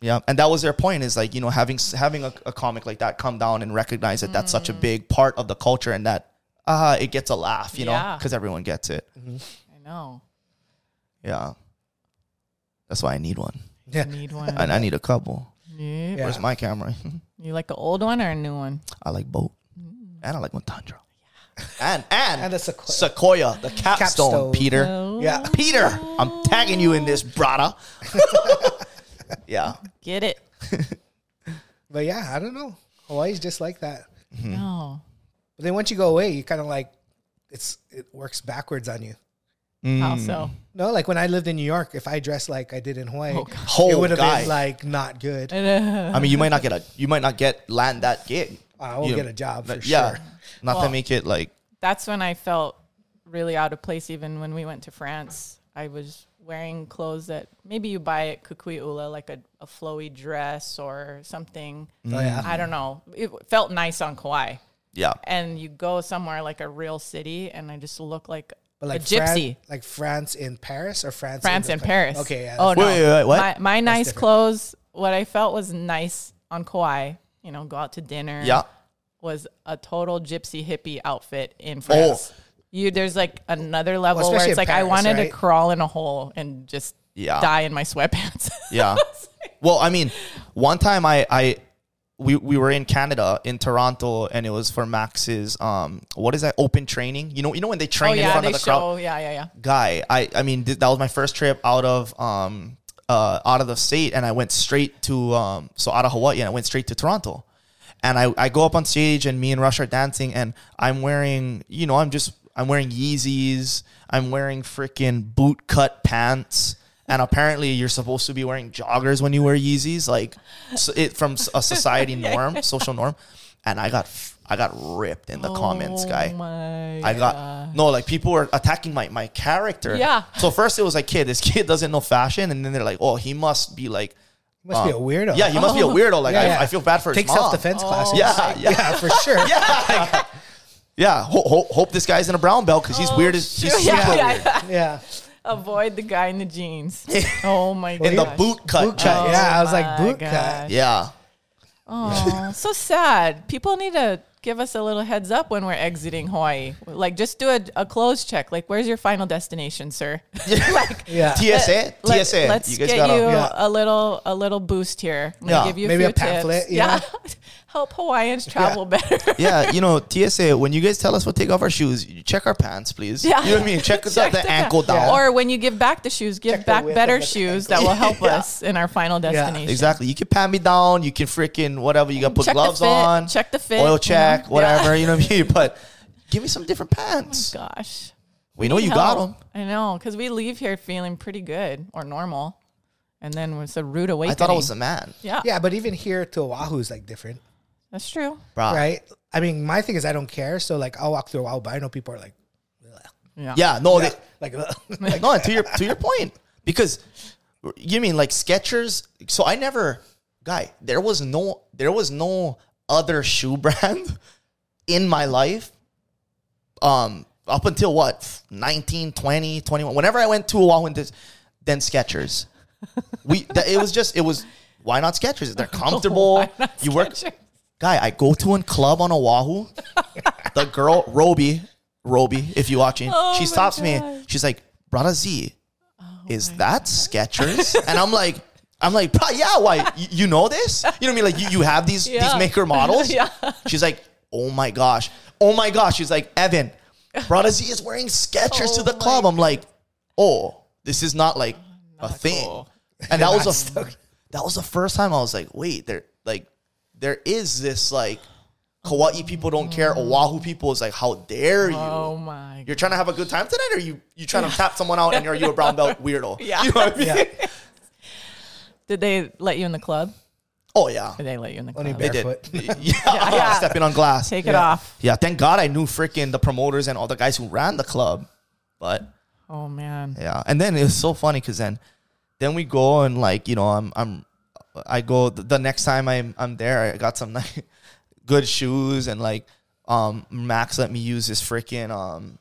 Yeah. And that was their point is like, you know, having having a, a comic like that come down and recognize that that's
Mm.
such a big part of the culture and that uh it gets a laugh, you know,
Yeah.
because everyone gets it.
I know.
Yeah. That's why I need one.
Yeah.
Need one.
And I need a couple.
Yeah.
Yeah.
Where's my camera?
You like the old one or a new one?
Mm.
I like both. And I like Montandro. and and,
And the sequoia.
sequoia, the capstone,
Capstone.
Peter.
Mm-hmm.
Yeah.
Peter, I'm tagging you in this, brada. yeah,
Get it?
But yeah, I don't know. Hawaii's just like that.
Hmm.
No.
But then once you go away, you kind of like it's it works backwards on you.
Hmm.
Also,
No, like when I lived in New York, if I dressed like I did in Hawaii,
Oh,
it would have
guy.
been like not good.
I mean, you might not get a, you might not get land that gig.
I won't
You-
get a job for
like,
sure.
Yeah, not to
Well-
make it like
that's when I felt really out of place. Even when we went to France, I was wearing clothes that maybe you buy at Kukui Ula, like a, a flowy dress or something.
Hmm.
Oh yeah.
I don't know. It felt nice on Kauai.
yeah.
And you go somewhere like a real city, and I just look like,
But like
a
Fran-
gypsy.
like France in Paris or France
France
in
and
the-
Paris.
Okay, yeah.
Oh
that's-
no.
Wait, wait, wait, what?
My, my nice
different.
clothes. What I felt was nice on Kauai. You know, go out to dinner.
Yeah.
Was a total gypsy hippie outfit
Oh.
in France. You there's like another level where
especially in
it's like I
Paris,
wanted
right?
to crawl in a hole and just
Yeah.
die in my sweatpants.
Yeah. well, I mean, one time I, I we, we were in Canada in Toronto and it was for Max's um what is that open training? You know you know when they
oh
train in
yeah,
front
they
of the
show.
crowd.
Yeah, yeah, yeah.
Guy, I I mean th- that was my first trip out of um uh out of the state and I went straight to um so out of Hawaii and I went straight to Toronto. And I, I go up on stage and me and Rush are dancing and I'm wearing you know I'm just I'm wearing Yeezys, I'm wearing freaking boot cut pants. And apparently, you're supposed to be wearing joggers when you wear Yeezys, like so it from s- a society norm, social norm. And I got, f- I got ripped in the comments, guy.
Oh my.
I got no like people were attacking my my character.
Yeah.
So first it was like, kid, this kid doesn't know fashion, and then they're like, oh, he must be like, um,
must be a weirdo.
yeah, he must be a weirdo. Like
Yeah,
I,
yeah.
I feel bad for his
Take
mom.
self
Oh.
defense classes.
Yeah, yeah,
Yeah, for sure.
yeah. yeah. Ho- ho- hope this guy's in a brown belt because he's weird as he's
Oh, Shoot,
super
yeah, yeah,
weird.
yeah.
Yeah.
Avoid the guy in the jeans. oh my god.
In the boot cut.
Boot cut.
guy.
yeah, I was like
Oh my
boot
gosh.
cut.
Yeah.
Oh, so sad. People need to give us a little heads up when we're exiting Hawaii. Like, just do a, a clothes check. Like, where's your final destination, sir? like,
Yeah.
TSA.
let,
TSA.
Let's get you
Yeah.
a little a little boost here. I'm
Yeah.
gonna give you
Maybe
a few
a pamphlet,
tips.
you
Yeah, help Hawaiians travel better.
yeah, you know, TSA, when you guys tell us we'll take off our shoes, you check our pants, please.
Yeah.
You know what I mean? Check, us out the,
Check the
ankle
pa-
down.
Or when you give back the shoes, give
Check the
back
width
better
of the
shoes that will help us in our final destination.
Exactly. You can pat me down. You can freaking whatever. You got to put
Check the
gloves
fit,
on.
check the fit,
Oil
you
check,
know?
whatever. You know what I mean? But give me some different
Oh
pants.
Gosh.
we know Oh, you got them.
Help. I know, because we leave here feeling pretty good or normal, and then it's a rude
I
awakening.
thought I was a man,
yeah,
Yeah, but even here to Oahu is like different,
that's true.
bro.
right? I mean, my thing is I don't care, so like I'll walk through Oahu, but I know people are like,
Yeah. No. they-
like,
no. And to your to your point, because you mean like Skechers. So I never, guy. There was no there was no other shoe brand in my life. Um. Up until what 19, 20, 21. Whenever I went to Oahu, and this- then Skechers. We that, it was just it was why not Skechers? They're comfortable.
Why not
you work
Skechers?
guy. I go to a club on Oahu. the girl Roby, Roby, if you watching,
Oh
she
my
stops me.
God. Oh
She's like, "Brother Z, is that Skechers?" and I'm like. I'm like, "Bruh, yeah, why? You, you know this? You know what I mean? Like, you, you have these
Yeah.
these maker models.
Yeah.
She's like, oh my gosh, oh my gosh. She's like, Evan, Brother Z is wearing Skechers to
Oh
the
my
club. I'm like, oh, this is not like
Oh,
a thing. And that was a that was the first time I was like, wait, there like there is this like Hawaii people don't care.
Mm-hmm.
Oahu people is like, how dare you?
Oh my!
You're trying to have a good time tonight, or you you trying to tap someone out, and are you a brown belt weirdo? Yeah. You know what I mean?
Did they let you in the club?
Oh yeah,
Did they let you in the club?
Only
they
bare-
did.
Barefoot.
yeah,
yeah.
stepping on glass.
Take it off.
Yeah, thank God I knew freaking the promoters and all the guys who ran the club. But
Oh man.
yeah, and then it was so funny because then, then we go and like you know I'm I'm I go the, the next time I'm I'm there I got some like good shoes and like um Max let me use his freaking um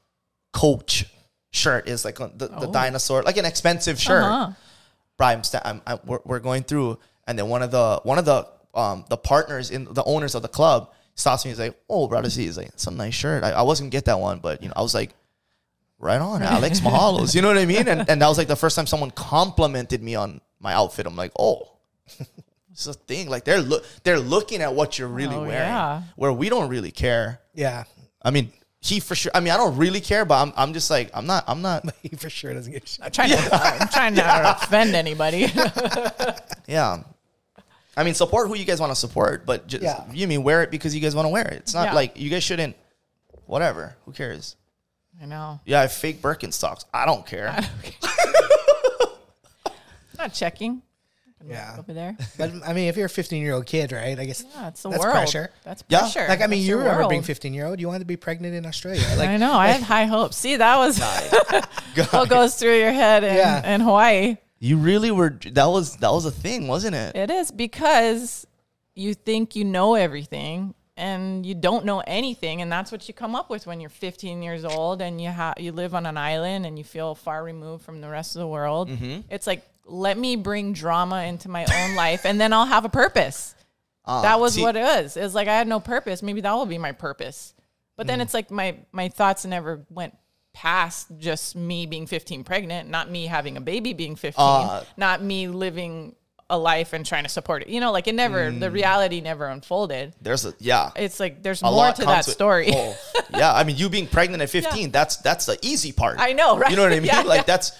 coach shirt is like the, the dinosaur like an expensive shirt.
Uh-huh.
Brian, I'm, sta- I'm, I'm we're, we're going through, and then one of the one of the um the partners in the owners of the club stops me. He's like, "Oh, brother, see, he's like, it's a nice shirt. I, I wasn't get that one, but you know, I was like, right on, Alex Mahalos. You know what I mean? And and that was like the first time someone complimented me on my outfit. I'm like, oh. It's a thing. Like they're look, they're looking at what you're really
Oh,
wearing.
yeah.
Where we don't really care.
yeah.
I mean, he for sure. I mean, I don't really care, but I'm, I'm just like, I'm not, I'm not.
He for sure doesn't get shot.
I'm trying, not to, I'm trying not to offend anybody.
Yeah. I mean, support who you guys want to support, but just,
Yeah.
you mean wear it because you guys want to wear it. It's not
Yeah.
like you guys shouldn't, whatever. Who cares?
I know.
Yeah, I have fake Birkenstocks. I don't care.
Not checking
Yeah.
over there.
But I mean, if you're a 15 year old kid, right? I guess
Yeah, it's the
that's
world.
pressure.
That's
Yeah.
pressure.
Like, I mean,
That's
you
your
remember
world.
being 15 year old? You wanted to be pregnant in Australia. Like,
I know. I have high hopes. See, that was what goes through your head in,
Yeah.
in Hawaii.
You really were. That was that was a thing, wasn't it?
It is because you think you know everything and you don't know anything and that's what you come up with when you're 15 years old and you ha- you live on an island and you feel far removed from the rest of the world. It's like let me bring drama into my own life and then I'll have a purpose.
Uh,
that was
see,
what it was. It's like I had no purpose. Maybe that will be my purpose. But
Mm.
then it's like my my thoughts never went past just me being 15 pregnant, not me having a baby being 15,
Ah.
not me living a life and trying to support it. You know, like it never the reality never unfolded.
There's a yeah.
It's like there's
Mm. A
more
lot
to
comes
that
with-
story.
oh, yeah, I mean, you being pregnant at 15, that's that's the easy part.
I know, right?
You know what I mean?
Yeah,
like
yeah.
that's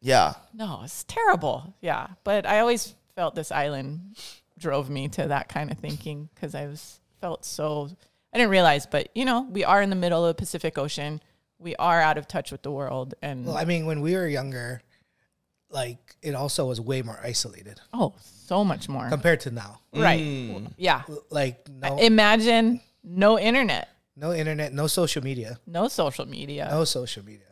yeah.
no, it's terrible. Yeah, but I always felt this island drove me to that kind of thinking because I was felt so I didn't realize, but you know, we are in the middle of the Pacific Ocean. We are out of touch with the world, and
well, I mean, when we were younger, like, it also was way more isolated
oh, so much more.
compared to now.
right?
Mm.
Yeah.
Like,
Oh.
no,
Imagine no internet,
no internet, no social media,
no social media.
no Oh, social media.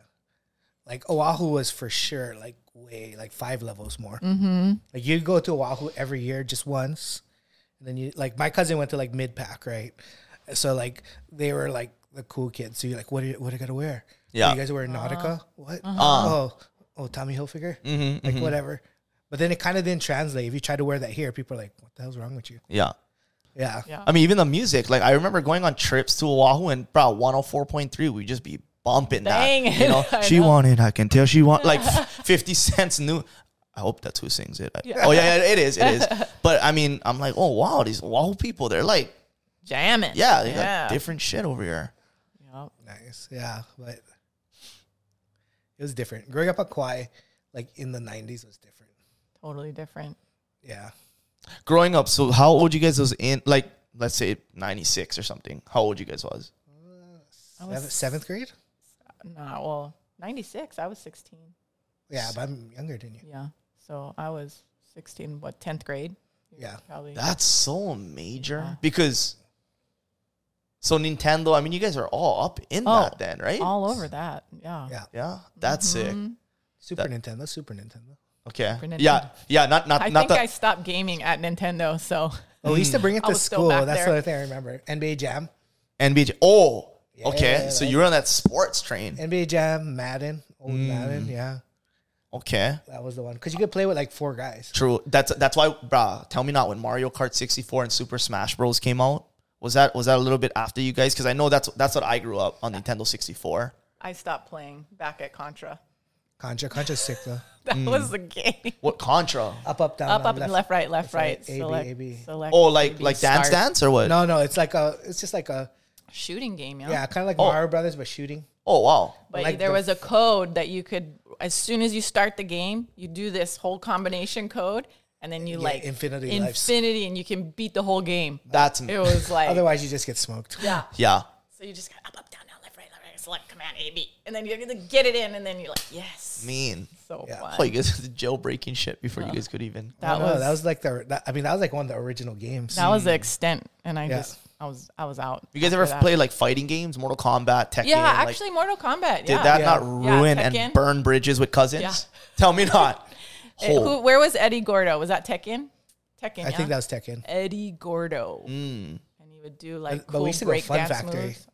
Like, Oahu was for sure like way, like five levels more. Like, you go to Oahu every year just once. And then you, like, my cousin went to like mid pack, right? So, like, they were like the cool kids. So, you're like, what are you, what are you going to wear?
Yeah.
You guys wearing Nautica? What? Oh, oh, Tommy Hilfiger? like, whatever. But then it kind of didn't translate. If you try to wear that here, people are like, what the hell's wrong with you?
Yeah.
Yeah.
Yeah.
I mean, even the music. Like I remember going on trips to Oahu and bro, 104.3, we'd just be bumping
Dang
that.
it.
You know,
I
she
know.
wanted. I can tell she want like 50 cents new. I hope that's who sings it. I- Oh yeah, yeah, it is. It is. but I mean, I'm like, oh wow, these Oahu people, they're like,
Jamming.
yeah, they got different shit over here.
Yep.
Nice. Yeah. But it was different. Growing up at Kauai, like in the 90s, was different.
Totally different.
Yeah.
Growing up, so how old you guys was in like let's say 96 or something. How old you guys was?
I
Seventh,
was
seventh grade?
nah, well, ninety six. I was sixteen.
Yeah, but I'm younger than you.
Yeah. So I was sixteen. What tenth grade?
Yeah.
Probably.
That's so major because so Nintendo. I mean, you guys are all up in
Oh,
that then, right?
all over that. Yeah.
Yeah.
yeah, that's
Mm-hmm.
sick.
Super Nintendo, Super Nintendo.
Okay,
For Nintendo.
yeah, yeah. Not not
I
not
think
the
I stopped gaming at Nintendo, so
Oh, we used to bring it
I
to
was still
school.
back
That's
there.
the other thing I remember. NBA Jam,
NBJ. Oh, okay.
Yeah,
so
right.
you're on that sports train.
NBA Jam, Madden, old Madden. Yeah,
Okay,
that was the one because you could play with like four guys.
true. That's that's why, bruh. Tell me not when Mario Kart 64 and Super Smash Bros came out. Was that was that a little bit after you guys? Because I know that's that's what I grew up on Nintendo 64.
I stopped playing back at Contra.
Contra, Contra sick though.
That
Mm.
was the game.
What Contra?
Up, up, down,
Up,
down,
up, and left, right, left, right.
right. A, B,
select,
A, B.
select.
Oh, like
maybe
like Dance
start.
Dance or what?
No, no, it's like a, it's just like a,
shooting game, yeah.
yeah, kind of like Mario Brothers but shooting.
Oh wow.
But
like
there
the-
was a code that you could, as soon as you start the game, you do this whole combination code, and then you like
infinity lives.
infinity, and you can beat the whole game.
That's
It was like
Otherwise, you just get smoked.
yeah.
yeah.
So you just go up, up, down, down, left, right, left, right, select, command, A, B, and then you get it in, and then you're like, yes,
Mean.
so
Yeah.
fun.
Oh, you guys did jailbreaking shit before you guys could even.
That
that
was,
was
that was like the, that, I mean, that was like one of the original games.
That was the extent, and I
Yeah.
just I was I was out.
You guys
after
ever
that.
play like fighting games, Mortal Kombat, Tekken?
Yeah,
like,
actually, Mortal Kombat.
did
yeah.
that
Yeah.
not
Yeah,
ruin and
Tekken.
burn bridges with cousins?
Yeah.
Tell me not.
It- who,
Oh,
where was Eddie Gordo? Was that Tekken? Tekken.
I
yeah?
think that was Tekken.
Eddie Gordo, and he would do like
But- but we
cool
used to go to
break
Fun
dance
Factory.
moves.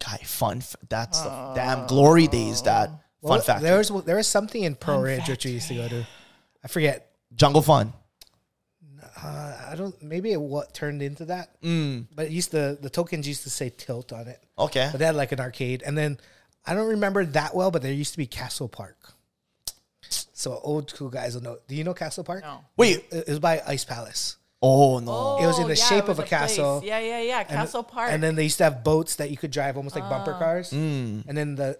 guy, fun. F- that's the f- damn glory days. That fun
Well,
fact.
There was there was something in Pearl Ridge which we used to go to. I forget.
Jungle fun.
Uh, I don't. Maybe it what turned into that.
Mm.
But it used to the tokens used to say tilt on it.
Okay.
But they had like an arcade, and then I don't remember that well. But there used to be Castle Park. So old school guys will know. Do you know Castle Park?
No.
Wait,
It it was by Ice Palace.
Oh no.
It was in
Oh,
the
yeah,
shape
it was
of a castle.
place. Yeah, yeah, yeah. Castle Park.
And then they used to have boats that you could drive almost like bumper
Oh.
cars.
Mm.
And then the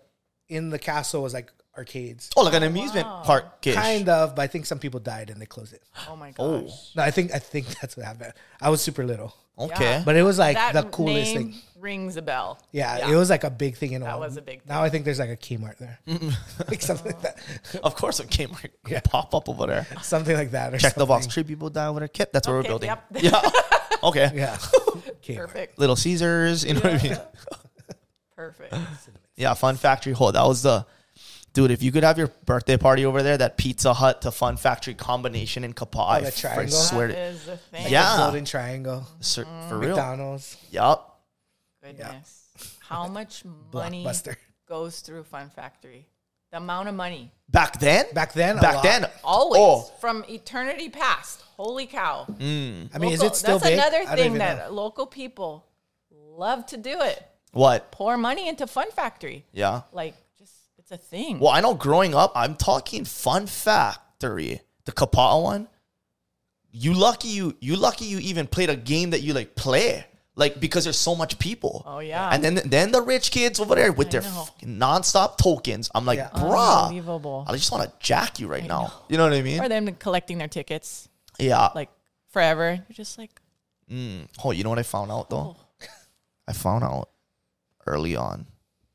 in the castle was like arcades.
Oh, like an amusement park ish.
Kind of, but I think some people died and they closed it.
oh my gosh.
Oh,
No, I think I think that's what happened. I was super little.
okay.
But it was like
that
the coolest
name
thing.
rings a bell.
Yeah, it was like a big thing in That
was a big
Now I think there's like a Kmart there. like something like that.
of course, it came like, pop up over there.
Oh.
Something like that or
Check the box.
something.
Three people die over there. Kip, that's what we're
Okay,
building.
yep.
Yeah. Okay.
Yeah. Kmart.
Perfect.
Little Caesars. You know what I mean?
Perfect.
Yeah. Fun Factory. Hold. That was the dude. If you could have your birthday party over there, that Pizza Hut to Fun Factory combination in Kappa. I
Oh, the
fr-
triangle?
swear
That
to
is the thing.
Yeah.
Golden Triangle.
sir, for real.
Mm. McDonald's.
Yup.
Goodness. How much money
Blockbuster.
goes through Fun Factory? The amount of money.
Back then.
Back then, a
Back
lot.
then.
Always.
Oh,
From eternity past. Holy cow.
I mean, Mm, is
Local-
it still
that's
big? I
another
don't
thing
even
that uh,
know.
local people love to do it.
what?
Pour money into Fun Factory.
Yeah.
Like just it's a thing.
Well, I know growing up, I'm talking Fun Factory, the Kapaa one. You lucky you you lucky you even played a game that you like play. Like because there's so much people.
Oh, yeah.
And then then the rich kids over there with their
know.
fucking nonstop tokens. I'm like,
Yeah.
bruh,
Unbelievable.
I just want to jack you right now. You know what I mean?
Or them collecting their tickets
yeah.
like forever. You're just like
oh, you know what I found out though? I found out early on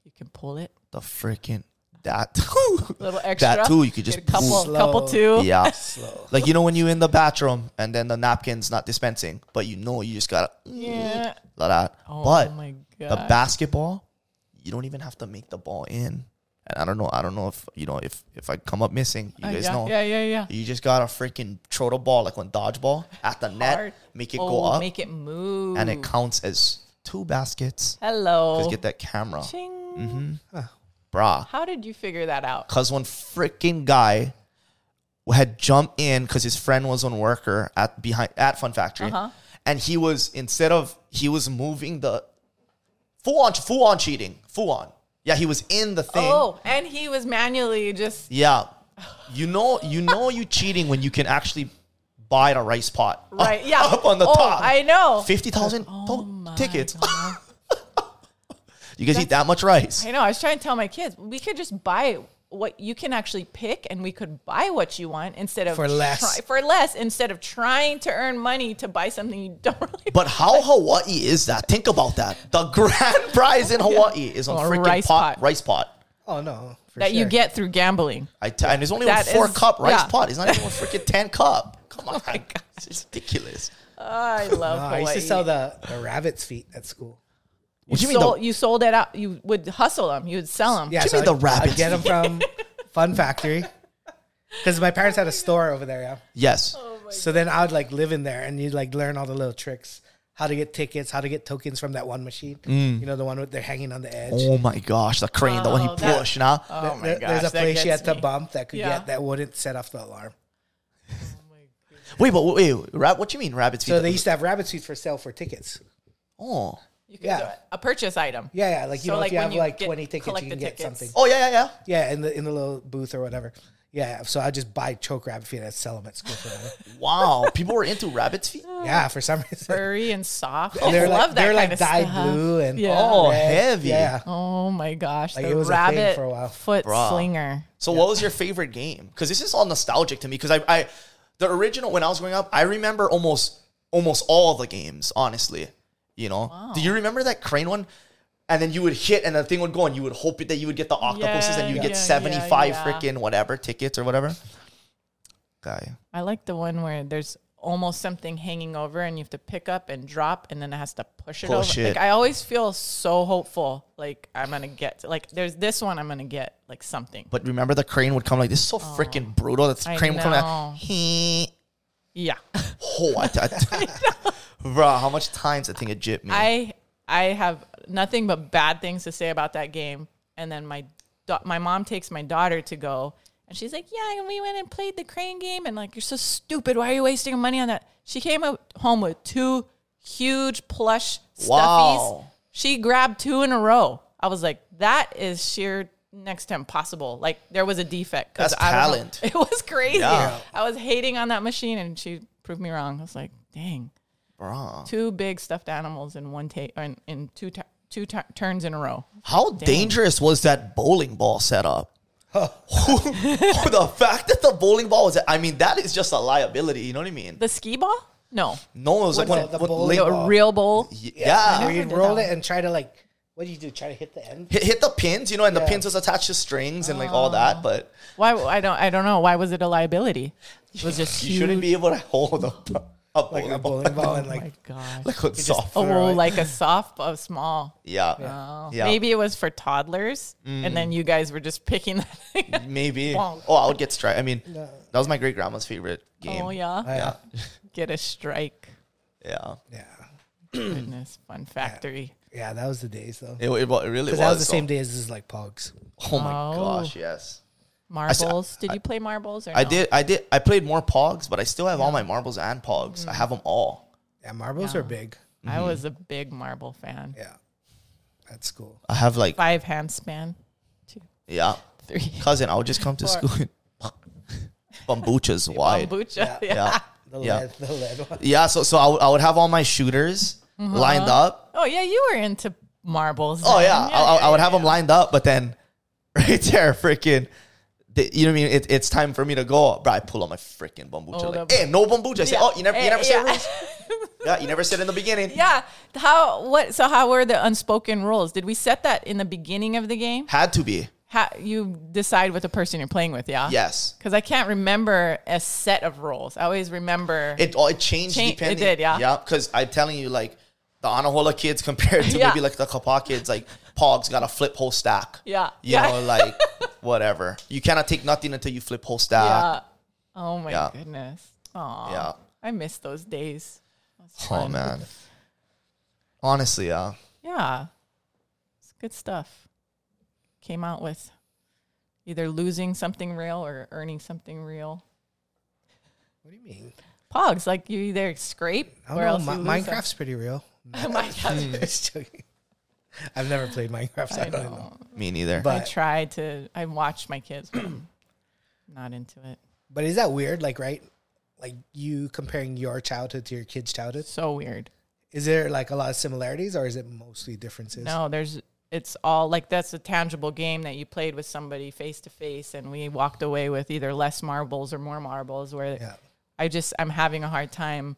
you can pull it.
the freaking that too.
A little extra.
That too, you could just
Get a couple,
poof.
couple
Slow.
two.
Yeah.
Slow.
Like you know when you in the bathroom and then the napkin's not dispensing, but you know you just gotta
Yeah.
like that.
Oh
but
my god.
the basketball, you don't even have to make the ball in. And I don't know, I don't know if you know if if I come up missing, you
Uh,
guys
yeah,
know.
yeah, yeah, yeah.
You just gotta freaking throw the ball like on dodgeball at the net,
Hard.
make it
oh,
go up,
Make it move.
and it counts as two baskets.
Hello.
Just get Mm-hmm. that camera,
Ching.
brah.
How did you figure that out?
Cause one freaking guy had jumped in because his friend was on worker at behind at Fun Factory,
Uh-huh.
and he was instead of he was moving the full on full on cheating full on yeah he was in the thing
Oh, and he was manually just
yeah you know you know you cheating when you can actually buy the rice pot up-
right. Yeah.
up on the
oh,
top
I know. Oh
fifty thousand
my
tickets
God.
you guys eat that much rice
I know. I was trying to tell my kids we could just buy what you can actually pick, and we could buy what you want instead of
For less.
for less, instead of trying to earn money to buy something you don't really.
But how Hawaii is that? Think about that. The grand prize in Hawaii is on
Oh, a
freaking
rice
pot,
pot.
rice pot.
Oh no. for
that you
sure.
get through gambling.
I t- and there's only
That
one four
is-
cup rice
yeah. Oh
pot. It's not even one freaking ten cup. Come on, it's ridiculous.
I love.
Oh, I
Hawaii.
used to sell the, the rabbit's feet at school.
What do you mean?
sold,
The,
you sold it out. You would hustle them. You would sell them.
Yeah,
Give me the
I'd-
rabbit's
I'd get them from Fun Factory because my parents had a store over there. Yeah.
yes,
So then I would like live in there, and you'd like learn all the little tricks, how to get tickets, how to get tokens from that one machine.
Mm.
You know, the one with they're hanging on the edge.
Oh my gosh, the crane, the one he
Oh, that-
pushed. Nah,
Oh my
There-
gosh.
There's a
that
place you
gets
had to
me.
bump that could
Yeah.
get that wouldn't set off the alarm.
wait, but wait, wait, rab- what do you mean rabbit's feet?
So they used to have rabbit's feet for sale for tickets.
oh,
You could
Yeah.
do it. A purchase item.
Yeah, yeah. Like you
So,
know,
like,
if you
when
have
you
like
get-
twenty tickets,
collect
you
the
can get
tickets.
something.
oh yeah, yeah, yeah.
Yeah, in the in the little booth or whatever. Yeah, so I just buy choke rabbit feet and sell them at school for money.
Wow, people were into rabbit's feet.
yeah, for some reason.
Furry and soft.
And
I
they're like,
love that
they're
kind
like
of
dyed
stuff.
blue and
Yeah.
Oh,
red.
heavy.
Yeah,
Oh my gosh.
Like,
the
it was a thing
rabbit
for a while.
foot
Bruh.
slinger.
So, what was your favorite game? Because this is all nostalgic to me. Because I, I, the original when I was growing up, I remember almost almost all the games. Honestly, you know, do you remember that crane one? And then you would hit, and the thing would go, and you would hope that you would get the octopuses,
Yeah,
and you would
yeah,
get
yeah,
seventy five
yeah.
freaking whatever tickets or whatever. Guy,
I like the one where there's almost something hanging over and you have to pick up and drop and then it has to push it
Push
over.
it.
Like I always feel so hopeful. Like I'm gonna get like there's this one I'm gonna get like something.
but remember the crane would come like this is so freaking brutal. That
I
crane would come
know.
like, "Hee."
Yeah.
oh, I, I, bro, how much times that thing had jipped me?
I I have nothing but bad things to say about that game. And then my da- my mom takes my daughter to go, and she's like, "Yeah, and we went and played the crane game, and like you're so stupid. Why are you wasting your money on that?" She came out home with two huge plush stuffies.
Wow.
She grabbed two in a row. I was like, "That is sheer." Next to impossible. Like there was a defect. 'cause
That's
I don't know-
talent.
It was crazy.
Yeah.
I was hating on that machine, and she prove me wrong. I was like, dang,
Bruh.
two big stuffed animals in one take, in, in two tu- two tu- turns in a row.
How dangerous was that bowling ball setup? the fact that the bowling ball was, I mean, that is just a liability. You know what I mean?
The ski ball? No,
No, it was like
What's
when,
that, the
when
bowling
late-
ball?
a real bowl.
yeah.
Where
never
you
did
roll
that
it
one.
and try to like, what do you do? Try to hit the end?
Hit, hit the pins, you know, and the
Yeah.
pins was attached to strings and like all
Ah.
that, but
Why? I don't. I don't know. Why was it a liability? It was just
you shouldn't
huge.
be able to hold a, a bowling
Like a
ball.
bowling ball and
my
like,
gosh.
Like with soft.
Oh,
throw it.
like a soft, a small.
yeah. Mm.
Oh.
Yeah.
Maybe it was for toddlers, and then you guys were just picking that thing. up.
Maybe.
Bonk.
Oh, I would get strike. I mean, that was my great grandma's favorite game.
Oh yeah,
Yeah.
get a strike.
Yeah.
yeah,
Goodness, fun factory.
yeah. That was the days though.
It, it, wa- it really was.
Because that was the
so-
same day as this like Pogs.
Oh my
Oh.
gosh, yes. said-
Marbles. Did you play marbles? Or
I
no?
did. I did. I played more Pogs, but I still have all my marbles and Pogs.
Mm.
I have them all.
Yeah, marbles are big.
I
Mm-hmm.
was a big marble fan.
Yeah, that's cool.
I have like
Five hand span, two,
yeah,
three.
cousin. I would just come to
Four.
school. And bambuchas wide.
Kombucha. Yeah.
Yeah,
The
Yeah.
lead, the lead one.
yeah. So so I would- I would have all my shooters lined up.
Oh yeah, you were into marbles.
Oh
then.
yeah, I, I, I would have them lined up, but then right there, freaking. The, you know what I mean? It, it's time for me to go. Bro, I pull out my freaking bambucha.
Oh,
like,
the-
hey, no bambucha. I say,
Yeah.
oh, you never, you
Eh,
never said
yeah.
rules. Yeah, you never said in the beginning.
Yeah. How? What? So how were the unspoken rules? Did we set that in the beginning of the game?
Had to be.
How you decide with the person you're playing with? Yeah.
Yes.
Because I can't remember a set of rules. I always remember.
It all it changed
Change- it
depending.
did, yeah.
Yeah, because I'm telling you, like the Anahola kids compared to
Yeah.
maybe like the Kapa kids, like Pogs got a flip whole stack.
Yeah.
You
Yeah.
know, like whatever. You cannot take nothing until you flip whole stack.
yeah. Oh my
Yeah.
goodness. Aw.
Yeah.
I miss those days. That's
Oh
fun.
man. Honestly, yeah.
Yeah. It's good stuff. Came out with either losing something real or earning something real.
What do you mean?
Pogs, like you either scrape
I
or else
don't know.
you
Mi-
lose
Minecraft's pretty real.
something.
Hmm.
Minecraft.
Just joking. I've never played Minecraft. so I,
I
don't know.
know.
Me neither.
I
But
tried to. I watched my kids, but I'm not into it.
but is that weird? Like right, like you comparing your childhood to your kid's childhood.
So weird.
Is there like a lot of similarities or is it mostly differences?
No, there's it's all like that's a tangible game that you played with somebody face to face and we walked away with either less marbles or more marbles where
Yeah.
I just I'm having a hard time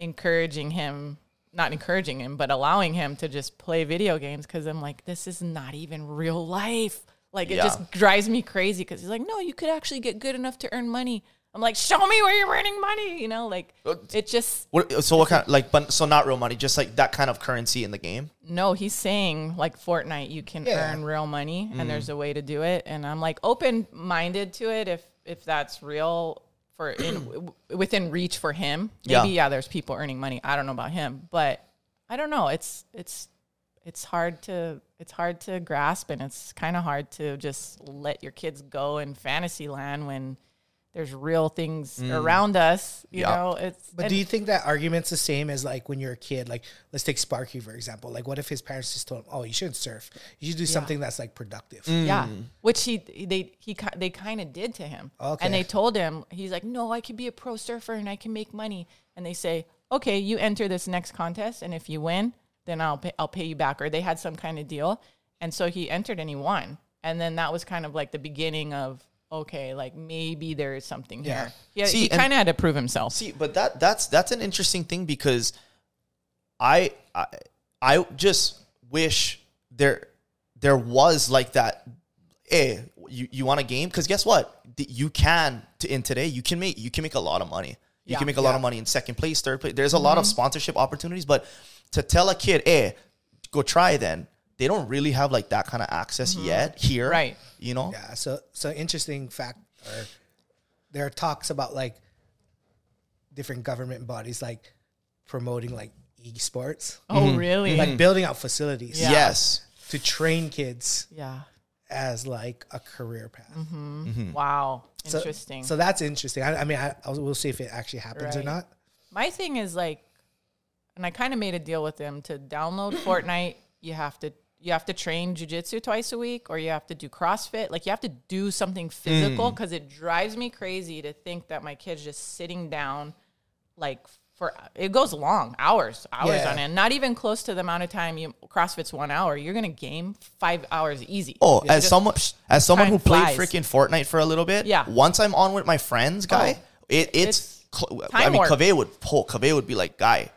encouraging him not encouraging him but allowing him to just play video games cuz I'm like this is not even real life. Like it
Yeah.
just drives me crazy cuz he's like no, you could actually get good enough to earn money. I'm like show me where you're earning money, you know, like it just
What, so what kind like but so not real money, just like that kind of currency in the game?
no, he's saying like Fortnite, you can
Yeah. Mm.
earn real money, and there's a way to do it. And I'm like open minded to it if if that's real for in, w- within reach for him.
Yeah.
Maybe yeah. there's people earning money. I don't know about him, but I don't know. It's it's it's hard to it's hard to grasp, and it's kind of hard to just let your kids go in fantasy land when there's real things around us. You
Yeah.
know, it's
Mm. But
and-
do you think that argument's the same as like when you're a kid? Like, let's take Sparky for example. Like, what if his parents just told him, "Oh, you shouldn't surf. You should do something that's like productive."
Yeah, which he they he ki- they kind of did to him.
Okay.
And they told him he's like, "No, I can be a pro surfer and I can make money." And they say, "Okay, you enter this next contest and if you win, then I'll pay, I'll pay you back." Or they had some kind of deal. And so he entered and he won. And then that was kind of like the beginning of okay, like maybe there is something here. Yeah,
See,
he
and-
kind of had to prove himself.
See, but that that's that's an interesting thing because I I, I just wish there there was like that. Hey, you, you want a game? Because guess what? Th- You can t- in today you can make you can make a lot of money. You
Yeah. Mm-hmm.
can make a lot of money in second place, third place. There's a lot of sponsorship opportunities, but to tell a kid, hey, go try then. They don't really have like that kind of access yet here,
Mm-hmm. Right.
You know,
Yeah. So, so interesting fact. Or there are talks about like different government bodies like promoting like esports,
oh, really?
like building out facilities
Yeah.
yes,
to train kids
yeah.
as like a career path.
Wow.
So-
Mm-hmm. Interesting.
So, that's interesting. I, I mean, I, I we'll see if it actually happens or
Right.
not.
My thing is like, and I kind of made a deal with them to download Fortnite. You have to you have to train jujitsu twice a week, or you have to do CrossFit. Like you have to do something physical because it drives me crazy to think that my kids just sitting down like for it goes long hours, hours
Yeah.
on end. Not even close to the amount of time you CrossFit's one hour. You're gonna game five hours easy.
Oh, as
Just-
someone as someone
time
who played
flies.
freaking Fortnite for a little bit,
Yeah.
Once I'm on with my friends, guy,
Oh,
it, it's.
it's
cl- I
time
mean,
warp.
Kaveh would pull. Kaveh would be like, "Guy,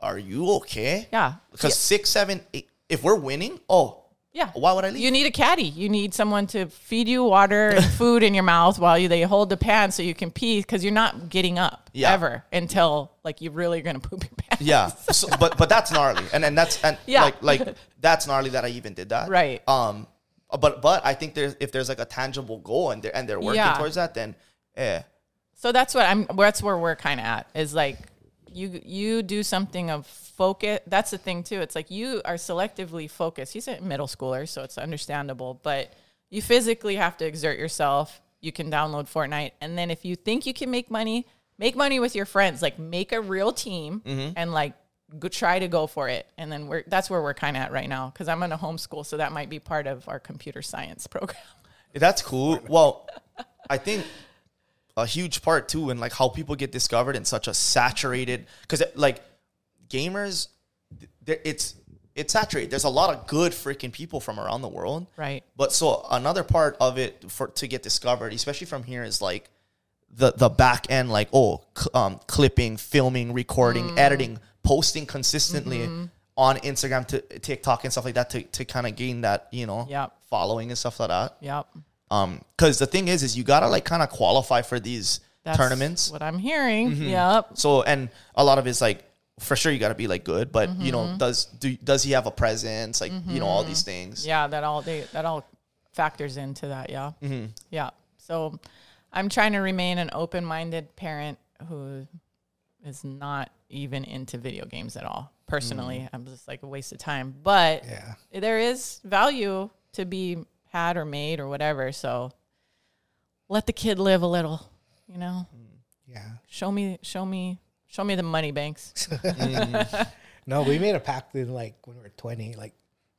are you okay?"
Yeah.
Because
Yeah.
six, seven, eight. If we're winning, oh,
Yeah.
Why would I leave?
You need a caddy. You need someone to feed you water and food in your mouth while you they hold the pan so you can pee because you're not getting up
Yeah.
ever until like you're really gonna poop your pants.
Yeah. So, but but that's gnarly, and and that's and
Yeah.
like like that's gnarly that I even did that.
Right.
Um. But but I think there's if there's like a tangible goal and they're and they're working
Yeah.
towards that, then eh.
So that's what I'm. That's where we're kind of at. Is like you you do something of focus. That's the thing too. It's like you are selectively focused. He's a middle schooler, so it's understandable. But you physically have to exert yourself. You can download Fortnite, and then if you think you can make money, make money with your friends. Like make a real team and like go, try to go for it. And then we're that's where we're kind of at right now because I'm going to homeschool, so that might be part of our computer science program.
That's cool. Well, I think a huge part too, in like how people get discovered in such a saturated because like gamers, th- there- it's it's saturated. There's a lot of good freaking people from around the world,
Right.
But so another part of it for to get discovered, especially from here, is like the the back end, like oh, c- um, clipping, filming, recording,
Mm.
editing, posting consistently.
Mm-hmm.
On Instagram, to TikTok, and stuff like that, to, to kind of gain that you know
Yep.
following and stuff like that
Yep.
um because the thing is is you gotta like kind of qualify for these
That's
tournaments
What I'm hearing. Yep.
so and a lot of it's like for sure you gotta be like good but you
Mm-hmm.
know does do does he have a presence like you know all these things
Yeah, that all they that all factors into that. Yeah,
Mm-hmm.
yeah. So I'm trying to remain an open-minded parent who is not even into video games at all. Personally, I'm just like a waste of time. But
Mm-hmm. Yeah.
there is value to be had or made or whatever. So let the kid live a little. You know,
Mm. Yeah.
show me, show me, show me the money banks.
No, we made a pact in like when we were 20, like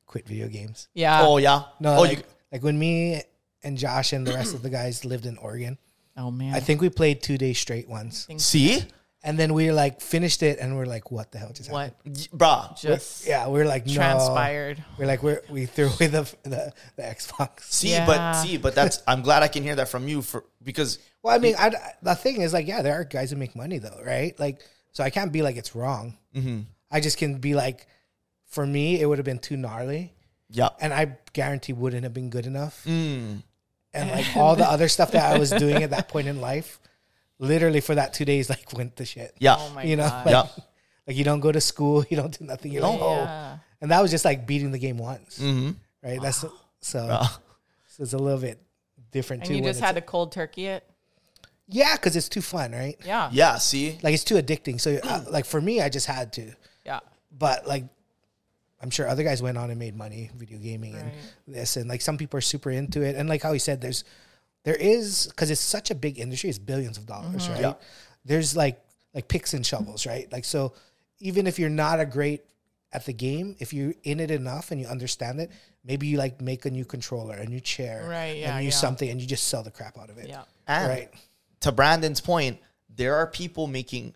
quit video games.
Yeah.
oh yeah
No,
oh
like,
you
like when me and Josh and the rest of the guys lived in Oregon,
oh man.
I think we played two days straight once.
see
And then we like finished it and we're like, what the hell just
what
Y- bruh
just
happened? Yeah, we're like, no.
transpired.
We're like, we're, we threw away the, the, the Xbox.
see but
Yeah.
see but that's i'm glad i can hear that from you for because
Well, I mean, I, the thing is, like, yeah, there are guys that make money though, right? Like, so I can't be like it's wrong.
Mm-hmm.
I just can be like, for me, it would have been too gnarly,
yeah
and I guarantee wouldn't have been good enough.
Mm.
And like all the other stuff that I was doing at that point in life, literally for that two days, like went to shit.
yeah
Oh my
you know,
god.
like,
Yeah.
like you don't go to school, you don't do nothing, you don't go.
Yeah.
And that was just like beating the game once,
Mm-hmm.
right? That's so, so it's a little bit different
And
too.
you
when
just
it's-
had to cold turkey it.
yeah, because it's too fun, right?
Yeah.
yeah see
like it's too addicting. So
Mm.
uh, like for me, I just had to.
Yeah.
But like, I'm sure other guys went on and made money video gaming and this and like some people are super into it. And like how he said, there's there is because it's such a big industry. It's billions of dollars,
Mm-hmm.
right?
Yeah.
There's like like picks and shovels, right? Like so, even if you're not a great at the game, if you're in it enough and you understand it, maybe you like make a new controller, a new chair,
Right, yeah,
a new
yeah.
something, and you just sell the crap out of it,
Yeah.
And-
right?
to Brandon's point, there are people making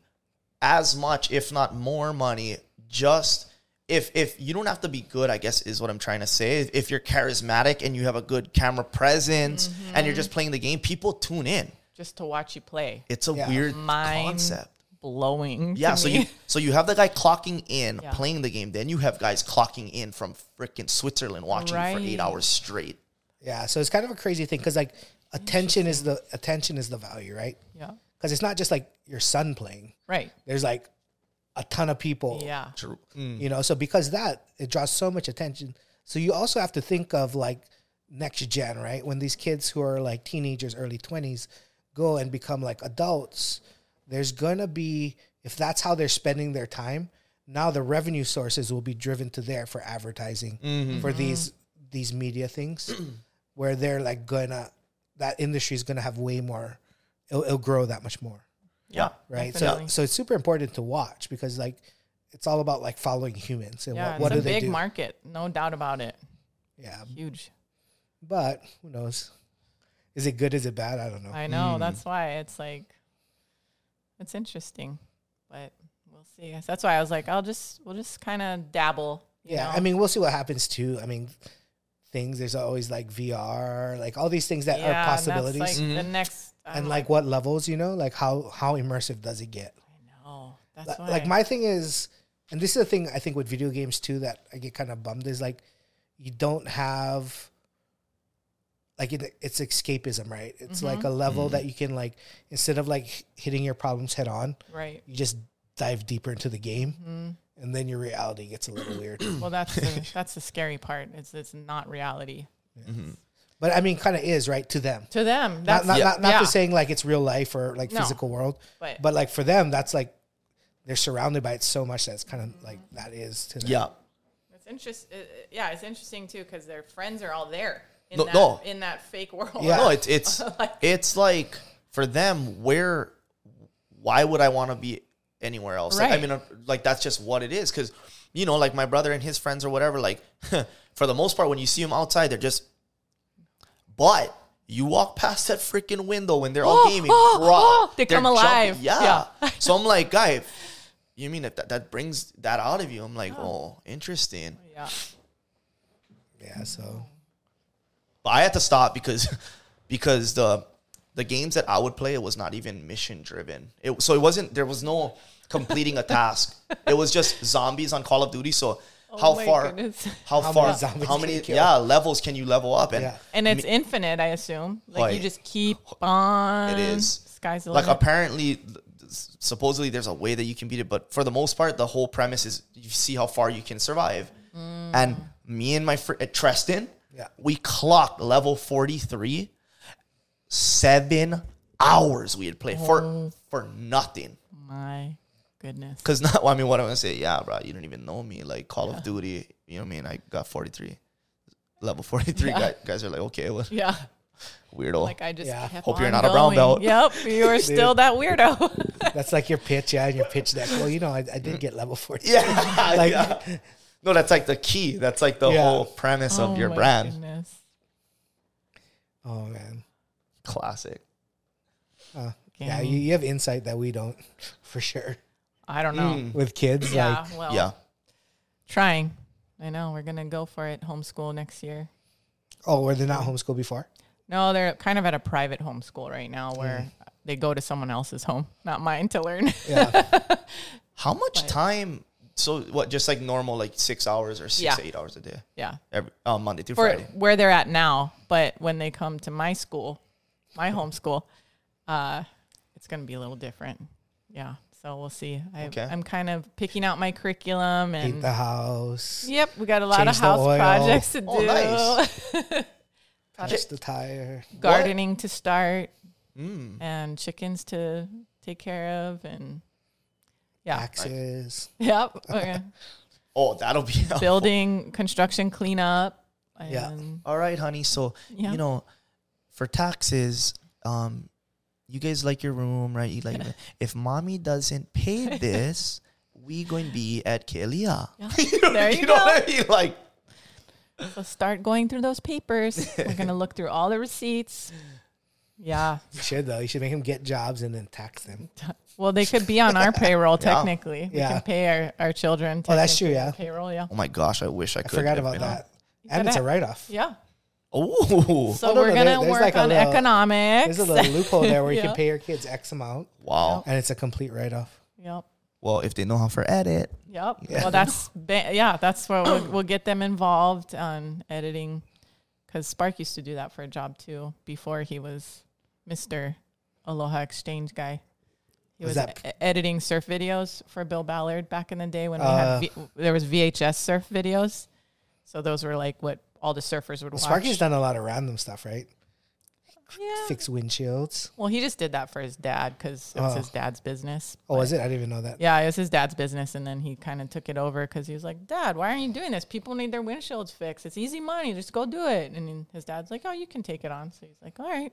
as much, if not more, money just if if you don't have to be good, I guess is what I'm trying to say. If- If you're charismatic and you have a good camera presence and you're just playing the game, people tune in.
Just to watch you play.
It's a
Yeah.
weird
Mind
concept.
blowing. to
Yeah, so
me.
you so you have the guy clocking in
Yeah.
playing the game, then you have guys clocking in from freaking Switzerland watching you for
Right.
eight hours straight.
Yeah, so it's kind of a crazy thing because like attention is the attention is the value, right?
Yeah.
Because it's not just like your son playing.
Right.
There's like a ton of people.
Yeah.
True.
You know, so because that it draws so much attention. So you also have to think of like next gen, right? When these kids who are like teenagers, early twenties, go and become like adults, there's gonna be if that's how they're spending their time, now the revenue sources will be driven to there for advertising for these these media things where they're like gonna that industry is gonna have way more it'll, it'll grow that much more
Yeah.
right so
Definitely.
so it's super important to watch because like it's all about like following humans and
Yeah.
what, what do
it's a
they
big
do
market. No doubt about it.
yeah
Huge.
but who knows is it good is it bad i don't know
I know. That's why it's like, it's interesting. but we'll see. That's why I was like, I'll just we'll just kind of dabble. you
Yeah,
know?
I mean, we'll see what happens too. I mean, things there's always like VR, like all these things that
Yeah,
are
and that's,
possibilities, Mm-hmm.
like the next. I'm
and like what levels, you know, like how how immersive does it get?
no, that's
Like,
why.
like my thing is, and this is the thing I think with video games too that I get kind of bummed is like you don't have like it, it's escapism, right? It's
Mm-hmm.
like a level that you can like instead of like hitting your problems head on,
right.
you just dive deeper into the game,
Mm-hmm.
and then your reality gets a little weird.
Well, that's the, that's the scary part. It's it's not reality
But I mean, kind of is right to them.
to them.
Not
That's
not not, not
yeah.
to saying like it's real life or like
No.
physical world,
But-
but like for them, that's like they're surrounded by it so much that's kind of like that is to them.
Yeah.
It's interest. It, it- yeah, it's interesting too because their friends are all there in
No-
that
no.
in that fake world.
Yeah.
No, it's it's it's like for them, where why would I want to be anywhere else? Like, I
Right.
mean, uh, like that's just what it is. Because you know, like my brother and his friends or whatever. Like for the most part, when you see them outside, they're just. But you walk past that freaking window when they're all
Oh,
gaming,
oh,
bruh,
oh, they
they're
come alive.
jumping. Yeah. so I'm like, guy, if- you mean if that, that brings that out of you? I'm like, oh, interesting.
Yeah.
Yeah, so
But I had to stop because because the the games that I would play it was not even mission driven. It so it wasn't there was no completing a task. It was just zombies on Call of Duty. So how
Oh my
far
goodness.
how,
How
far
many zombies
how
can
many
you kill?
yeah levels can you level up and
Yeah.
And it's infinite, I assume. Like
Like-
you just keep on.
It is.
Um, Sky's the
like
limit.
apparently th- supposedly there's a way that you can beat it but for the most part the whole premise is you see how far you can survive
Mm.
and me and my friend treston
Yeah.
we clocked level 43 seven hours we had played
Oh.
for for nothing
My goodness.
because not i mean what i'm gonna say yeah bro you don't even know me like call of duty you know what i mean i got 43 level 43 guys, guys are like okay what
Yeah.
weirdo
Like I just
Yeah.
kept
Hope you're
on
not a brown
going.
belt.
Yep, you are still that weirdo.
that's like your pitch, yeah, and your pitch deck. Well, you know, I, I did get level forty.
yeah,
Like-
yeah. no that's like the key that's like the
Yeah.
whole premise of your
Oh my
brand
Goodness.
Oh man,
classic
yeah, you, you have insight that we don't, for sure.
I don't know.
With kids,
yeah.
like
well.
Mm, yeah
Trying. I know we're gonna go for it. Homeschool next year.
oh, were they not homeschooled before?
No, they're kind of at a private homeschool right now where
Mm.
they go to someone else's home, not mine, to learn.
Yeah,
how much time so what just like normal like six hours or six
Yeah.
to eight hours a day
yeah.
every uh, monday through
For
friday
where they're at now, but when they come to my school, my homeschool, uh, it's going to be a little different. Yeah. So we'll see. I,
Okay.
I'm kind of picking out my curriculum
paint
and
the house,
yep, we got a lot of
Change the
house
oil.
projects to do.
Oh, nice.
punch the tire.
Gardening to start
Hmm.
and chickens to take care of and yeah.
Axes.
Yep. Okay.
oh that'll be
building construction cleanup. And
Yeah.
all right honey so
Yeah.
you know for taxes um you guys like your room right you like if mommy doesn't pay this we going to be at Kalia.
There you
know
go.
what I mean? Like,
So start going through those papers. We're gonna look through all the receipts. Yeah.
You should though. You should make him get jobs and then tax them.
Well, they could be on our payroll technically. We
Yeah.
can pay our, our children.
Oh, that's true,
technically on
yeah.
Payroll. Yeah.
oh my gosh, I wish I
I
could.
forgot
have
about
been-
that. And it's a write off.
Yeah.
Oh,
So
Oh, no,
we're
no, there-
gonna
there's
work
like a
on
little-
economics.
There's a little loophole there where you
Yeah. Oh.
can pay your kids X amount
wow.
and it's a complete write off.
Yep.
Well, if they know how to edit,
Yep. Well, that's ba- yeah. That's where we'll, we'll get them involved on editing, because Spark used to do that for a job too before he was Mister Aloha Exchange guy. He
Was
was,
that-
e- editing surf videos for Bill Ballard back in the day when we
Uh.
had v- there was VHS surf videos. So those were like what all the surfers would watch.
Sparky's done a lot of random stuff, right?
Yeah.
Fix windshields.
Well, he just did that for his dad because it was
Uh.
his dad's business.
Oh, was it? I didn't even know that.
Yeah, it was his dad's business, and then he kind of took it over because he was like, "Dad, why aren't you doing this? People need their windshields fixed. It's easy money. Just go do it." And then his dad's like, "Oh, you can take it on." So he's like, "All right."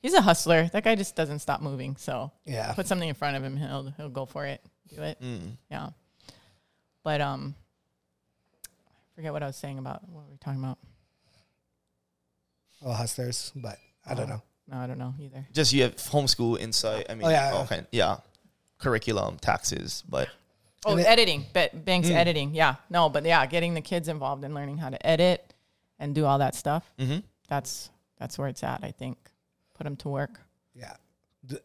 He's a hustler. That guy just doesn't stop moving. So
Yeah.
put something in front of him, he'll he'll go for it, do it. Yeah. But um, I forget what I was saying about what were we talking about.
Oh, hustlers.
Oh.
But I don't know.
No, I don't know either.
just you have homeschool insight. I mean,
Oh, yeah.
okay, yeah. curriculum, taxes, but
Oh,
And it- Mm.
editing, but banks editing. Yeah, no, but yeah, getting the kids involved and learning how to edit and do all that stuff. Mm-hmm. That's that's where it's at. I think put them to work.
Yeah. D-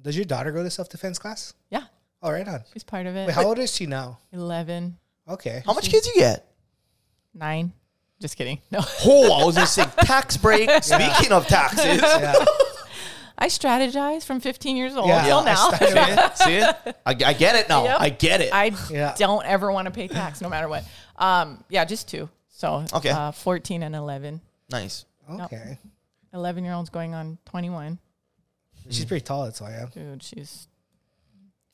does your daughter go to self defense class?
Yeah,
Oh, right on.
she's part of it.
Wait, how old is she now?
11,
Okay.
Oh.
how much kids you get?
9. Just kidding. No,
Oh, I was just saying tax break. Speaking of taxes,
Yeah.
I strategize from 15 years old
Yeah.
till
I
now.
See? See? I, I get it now.
Yep.
I get it.
I
Yeah.
don't ever want to pay tax, no matter what. Um, yeah, just two. So
Okay.
uh, 14 and 11.
nice.
Okay.
11 year old's going on 21.
She's pretty tall. That's why I am.
Dude, she's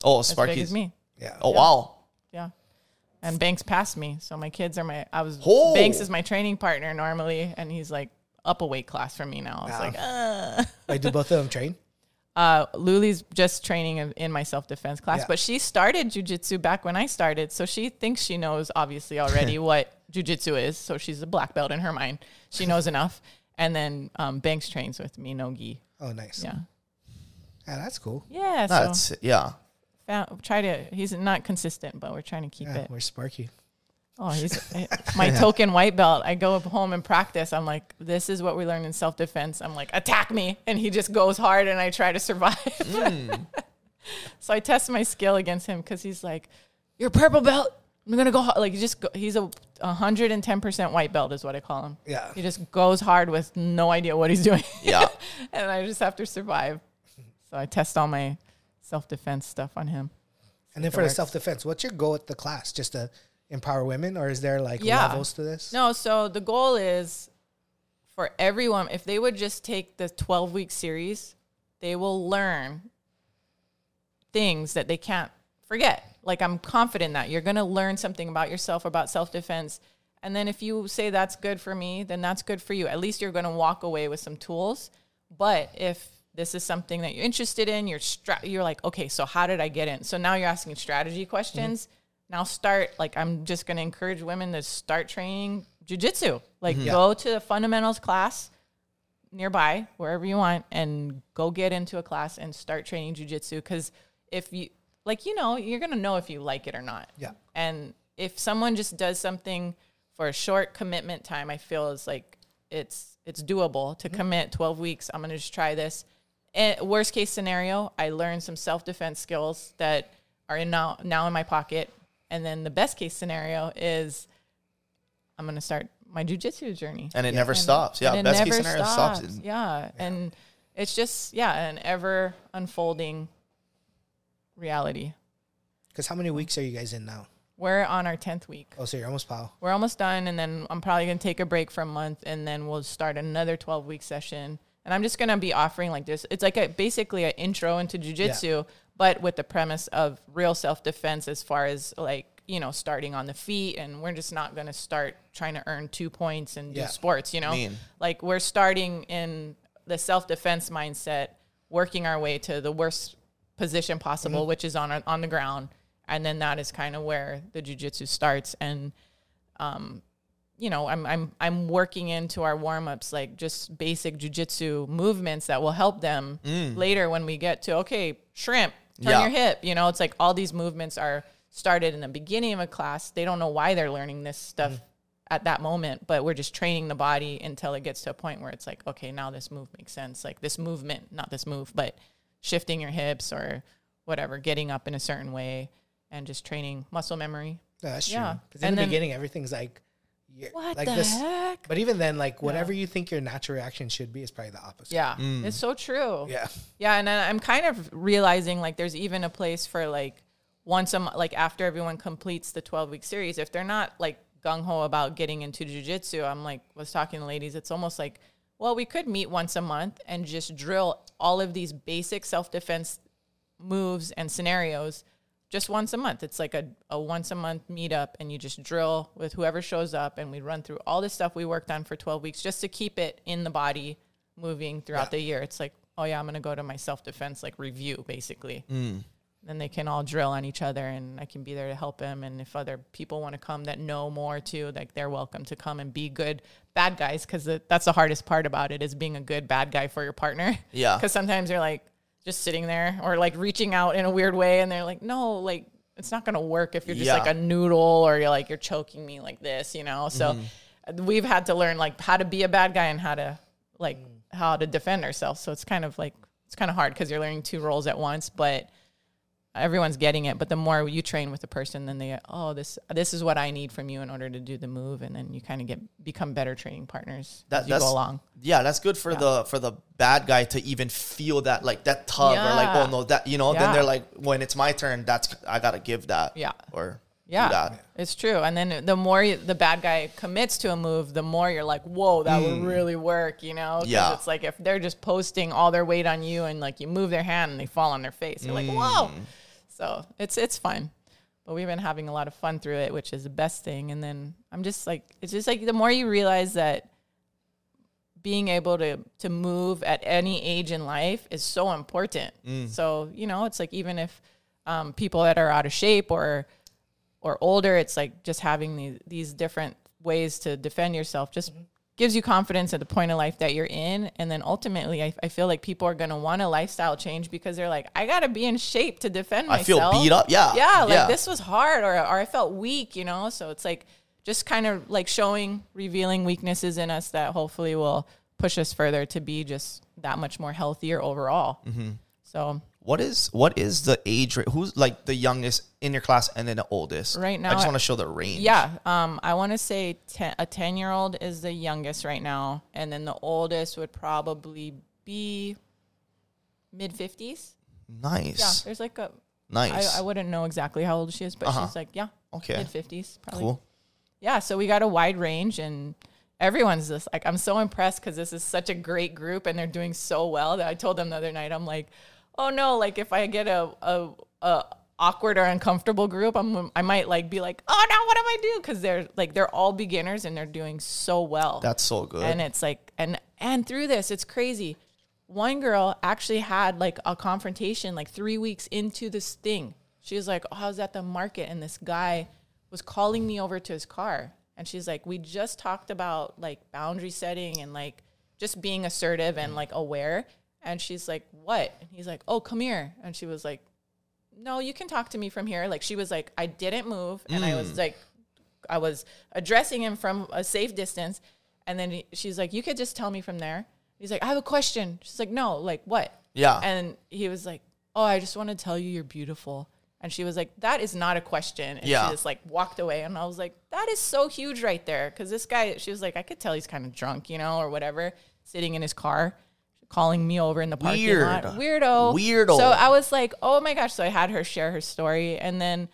Oh,
as
Sparky's.
big as me.
Yeah.
Oh wow.
Yeah. And Banks passed me. So my kids are my, I was,
Oh.
Banks is my training partner normally. And he's like up a weight class from me now. I was like,
Wait, do both of them train?
uh, Luli's just training in, in my self defense class,
Yeah.
but she started jujitsu back when I started, so she thinks she knows obviously already what jujitsu is. So she's a black belt in her mind. She knows enough. And then um, Banks trains with me, no gi.
Oh, nice.
Yeah,
Yeah, that's cool.
yeah. So
That's yeah.
found, try to. He's not consistent, but we're trying to keep
Yeah,
it.
where's Sparky?
Oh, he's my token white belt. I go up home and practice. I'm like, this is what we learned in self defense. I'm like, attack me, and he just goes hard, and I try to survive. so I test my skill against him because he's like, you're a purple belt. I'm gonna go hard. like he just go, he's a 110 percent white belt is what I call him.
Yeah.
he just goes hard with no idea what he's doing.
Yeah.
and I just have to survive. So I test all my self defense stuff on him.
And then for the self defense, what's your goal at the class? Just to empower women, or is there like
Yeah.
levels to this?
No, so the goal is for everyone, if they would just take the 12 week series, they will learn things that they can't forget. Like, I'm confident that you're going to learn something about yourself, about self defense. And then if you say that's good for me, then that's good for you. At least you're going to walk away with some tools. But if this is something that you're interested in, you're stra- you're like, okay, so how did I get in? So now you're asking strategy questions. Now start like I'm just going to encourage women to start training jujitsu. Like go to the fundamentals class nearby, wherever you want, and go get into a class and start training jujitsu. Because if you like, you know, you're gonna know if you like it or not.
Yeah.
And if someone just does something for a short commitment time, I feel is like it's it's doable to commit 12 weeks. I'm gonna just try this. And worst case scenario, I learn some self defense skills that are in now now in my pocket. And then the best case scenario is I'm gonna start my jujitsu journey
And it never stops. Yeah.
and it
Best
never
case scenario
stops.
stops. it.
Yeah. and it's just yeah, an ever unfolding reality.
Because how many weeks are you guys in now?
We're on our tenth week.
Oh, so you're almost pal.
We're almost done, and then I'm probably gonna take a break for a month, and then we'll start another twelve week session. And I'm just gonna be offering like this. It's like a basically an intro into jujitsu, but with the premise of real self defense, as far as like you know starting on the feet, and we're just not gonna start trying to earn two points and do
Yeah.
sports. You know,
Mean.
like we're starting in the self defense mindset, working our way to the worst position possible, which is on on the ground, and then that is kind of where the jujitsu starts. And um, you know, I'm I'm I'm working into our warm ups like just basic jujitsu movements that will help them later when we get to okay shrimp turn
Yeah.
your hip. You know, it's like all these movements are started in the beginning of a class. They don't know why they're learning this stuff at that moment, but we're just training the body until it gets to a point where it's like, okay, now this move makes sense. Like this movement, not this move, but shifting your hips or whatever, getting up in a certain way and just training muscle memory.
No, that's
Yeah.
true. Because in
And
the
then-
beginning, everything's like, you're,
What
like
the heck?
But even then, like whatever you think your natural reaction should be is probably the opposite.
Yeah. It's so true.
Yeah.
Yeah, and then I'm kind of realizing like there's even a place for like once a mo- like after everyone completes the 12 week series, if they're not like gung ho about getting into jujitsu, I'm like was talking to ladies, it's almost like well, we could meet once a month and just drill all of these basic self defense moves and scenarios just once a month. It's like a, a once a month meetup, and you just drill with whoever shows up, and we run through all this stuff we worked on for 12 weeks just to keep it in the body moving throughout the year. It's like, oh, yeah, I'm going to go to my self defense like review basically. Then they can all drill on each other, and I can be there to help them. And if other people want to come that know more too, like they're welcome to come and be good bad guys because that's the hardest part about it is being a good bad guy for your partner.
Yeah.
Because sometimes you're like, just sitting there or like reaching out in a weird way and they're like no like it's not gonna work if you're just
Yeah.
like a noodle or you're like you're choking me like this you know so
Mm-hmm.
uh, we've had to learn like how to be a bad guy and how to like how to defend ourselves so it's kind of like it's kind of hard because you're learning two roles at once but everyone's getting it but the more you train with the person then they oh this this is what i need from you in order to do the move and then you kind of get become better training partners
That-
as you go along
Yeah, that's good for the for the bad guy to even feel that like that tug or like
Yeah.
oh no that you know then
Yeah.
they're like when it's my turn that's I gotta give that
Yeah.
or yeah
yeah it's true and then the more you, the bad guy commits to a move the more you're like whoa that would really work you know 'Cause
Yeah.
it's like if they're just posting all their weight on you and like you move their hand and they fall on their face you're like whoa so it's it's fun but we've been having a lot of fun through it which is the best thing and then i'm just like it's just like the more you realize that being able to to move at any age in life is so important. So you know, it's like even if um, people that are out of shape or or older, it's like just having these these different ways to defend yourself just
Mm-hmm.
gives you confidence at the point of life that you're in. And then ultimately, I, I feel like people are gonna want a lifestyle change because they're like, I gotta be in shape to defend
I feel
myself.
beat up, yeah,
Yeah, like
yeah.
this was hard or or I felt weak, you know. So it's like just kind of like showing, revealing weaknesses in us that hopefully will push us further to be just that much more healthier overall.
Mm-hmm.
So
what is what is the age rate who's like the youngest in your class and then the oldest
Right
I
now,
just
I-
want to show the range
yeah, um, I want to say ten, a ten year old is the youngest right now, and then the oldest would probably be mid fifties. Yeah,
nice
there's like a
nice
I, I wouldn't know exactly how old she is, but she's like yeah,
Uh-huh. Okay.
mid fifties probably.
cool
yeah, so we got a wide range and everyone's just like, I'm so impressed because this is such a great group and they're doing so well that I told them the other night, I'm like, oh no, like if I get a, a, a awkward or uncomfortable group, I'm, I might like be like, oh no, what do I do? Cause they're like, they're all beginners and they're doing so well.
that's so good
and it's like, and, and through this, it's crazy. One girl actually had like a confrontation like three weeks into this thing. She was like, oh, I was at the market and this guy was calling me over to his car. And she's like, we just talked about like boundary setting and like just being assertive and like aware. And she's like, what? And he's like, oh, come here. And she was like, no, you can talk to me from here. Like she was like, I didn't move. And I
Mm.
was like, I was addressing him from a safe distance. And then he- she's like, you could just tell me from there. He's like, I have a question. She's like, no, like what?
Yeah.
And he was like, oh, I just want to tell you you're beautiful. And she was like, that is not a question. And
Yeah.
she just like walked away. And I was like, that is so huge right there. Cause this guy, she was like, I could tell he's kind of drunk, you know, or whatever, sitting in his car, calling me over in the parking
Weird.
lot. Weirdo.
Weirdo.
So I was like, oh my gosh. So I had her share her story. And then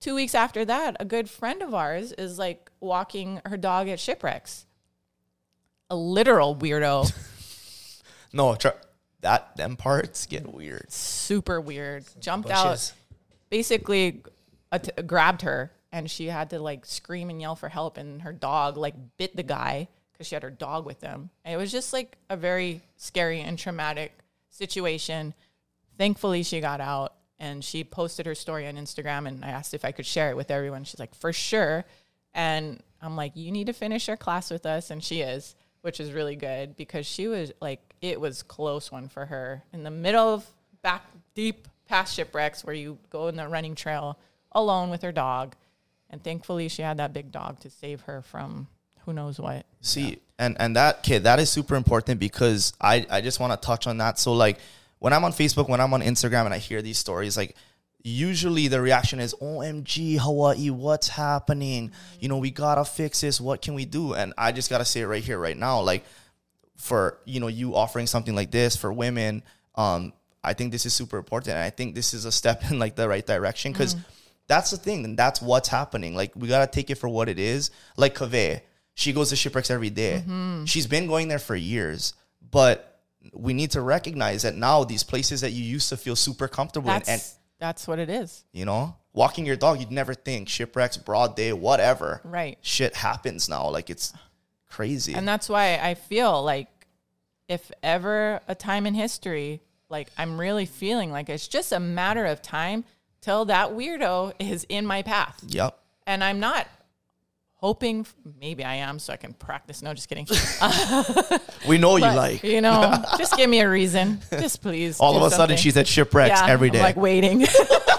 two weeks after that, a good friend of ours is like walking her dog at shipwrecks. A literal weirdo,
no tr- that them parts get weird
super weird, jumped
Bushes.
out, basically at- grabbed her, and she had to like scream and yell for help. And her dog like bit the guy because she had her dog with them. And it was just like a very scary and traumatic situation. Thankfully, she got out and she posted her story on Instagram. And I asked if I could share it with everyone. She's like, for sure. And I'm like, you need to finish your class with us. And she is, which is really good because she was like, it was close one for her in the middle of back deep past shipwrecks where you go in the running trail alone with her dog. And thankfully, she had that big dog to save her from who knows what.
See, and and that kid, that is super important because I I just want to touch on that. So like when I'm on Facebook, when I'm on Instagram, and I hear these stories, like usually the reaction is OMG Hawaii, what's happening? You know, we gotta fix this. What can we do? And I just gotta say it right here, right now, like for you know you offering something like this for women um i think this is super important and i think this is a step in like the right direction because
Mm.
that's the thing and that's what's happening like we gotta take it for what it is like kaveh she goes to shipwrecks every day.
Mm-hmm.
she's been going there for years but we need to recognize that now these places that you used to feel super comfortable in
That's,
and
that's what it is.
you know walking your dog you'd never think shipwrecks broad day whatever
Right.
shit happens now like it's crazy
And that's why I feel like if ever a time in history, like I'm really feeling like it's just a matter of time till that weirdo is in my path.
yep
And I'm not hoping f- maybe I am so I can practice. No, just kidding.
We know
But,
you like.
you know, just give me a reason. Just please.
All
do
of a sudden,
something.
she's at shipwrecks every
I'm,
day.
like waiting,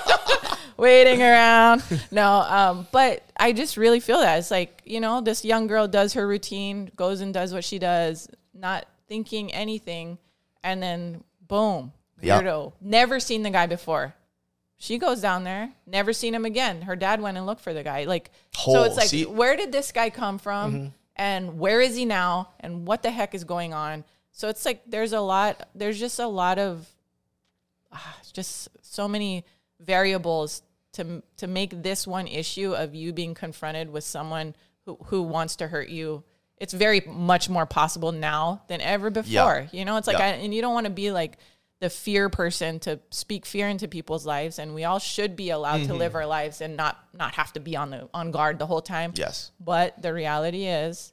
waiting around. No, um, but I just really feel that it's like you know, this young girl does her routine, goes and does what she does, not thinking anything, and then boom,
Yeah.
weirdo. Never seen the guy before. She goes down there, never seen him again. Her dad went and looked for the guy. Like, so
Oh,
it's like,
see?
where did this guy come from?
Mm-hmm.
And where is he now? And what the heck is going on? So it's like, there's a lot, there's just a lot of it's just so many variables to to make this one issue of you being confronted with someone who, who wants to hurt you it's very much more possible now than ever before you know it's like
Yeah.
I, and you don't want to be like the fear person to speak fear into people's lives and we all should be allowed to live our lives and not not have to be on the on guard the whole time
yes.
but the reality is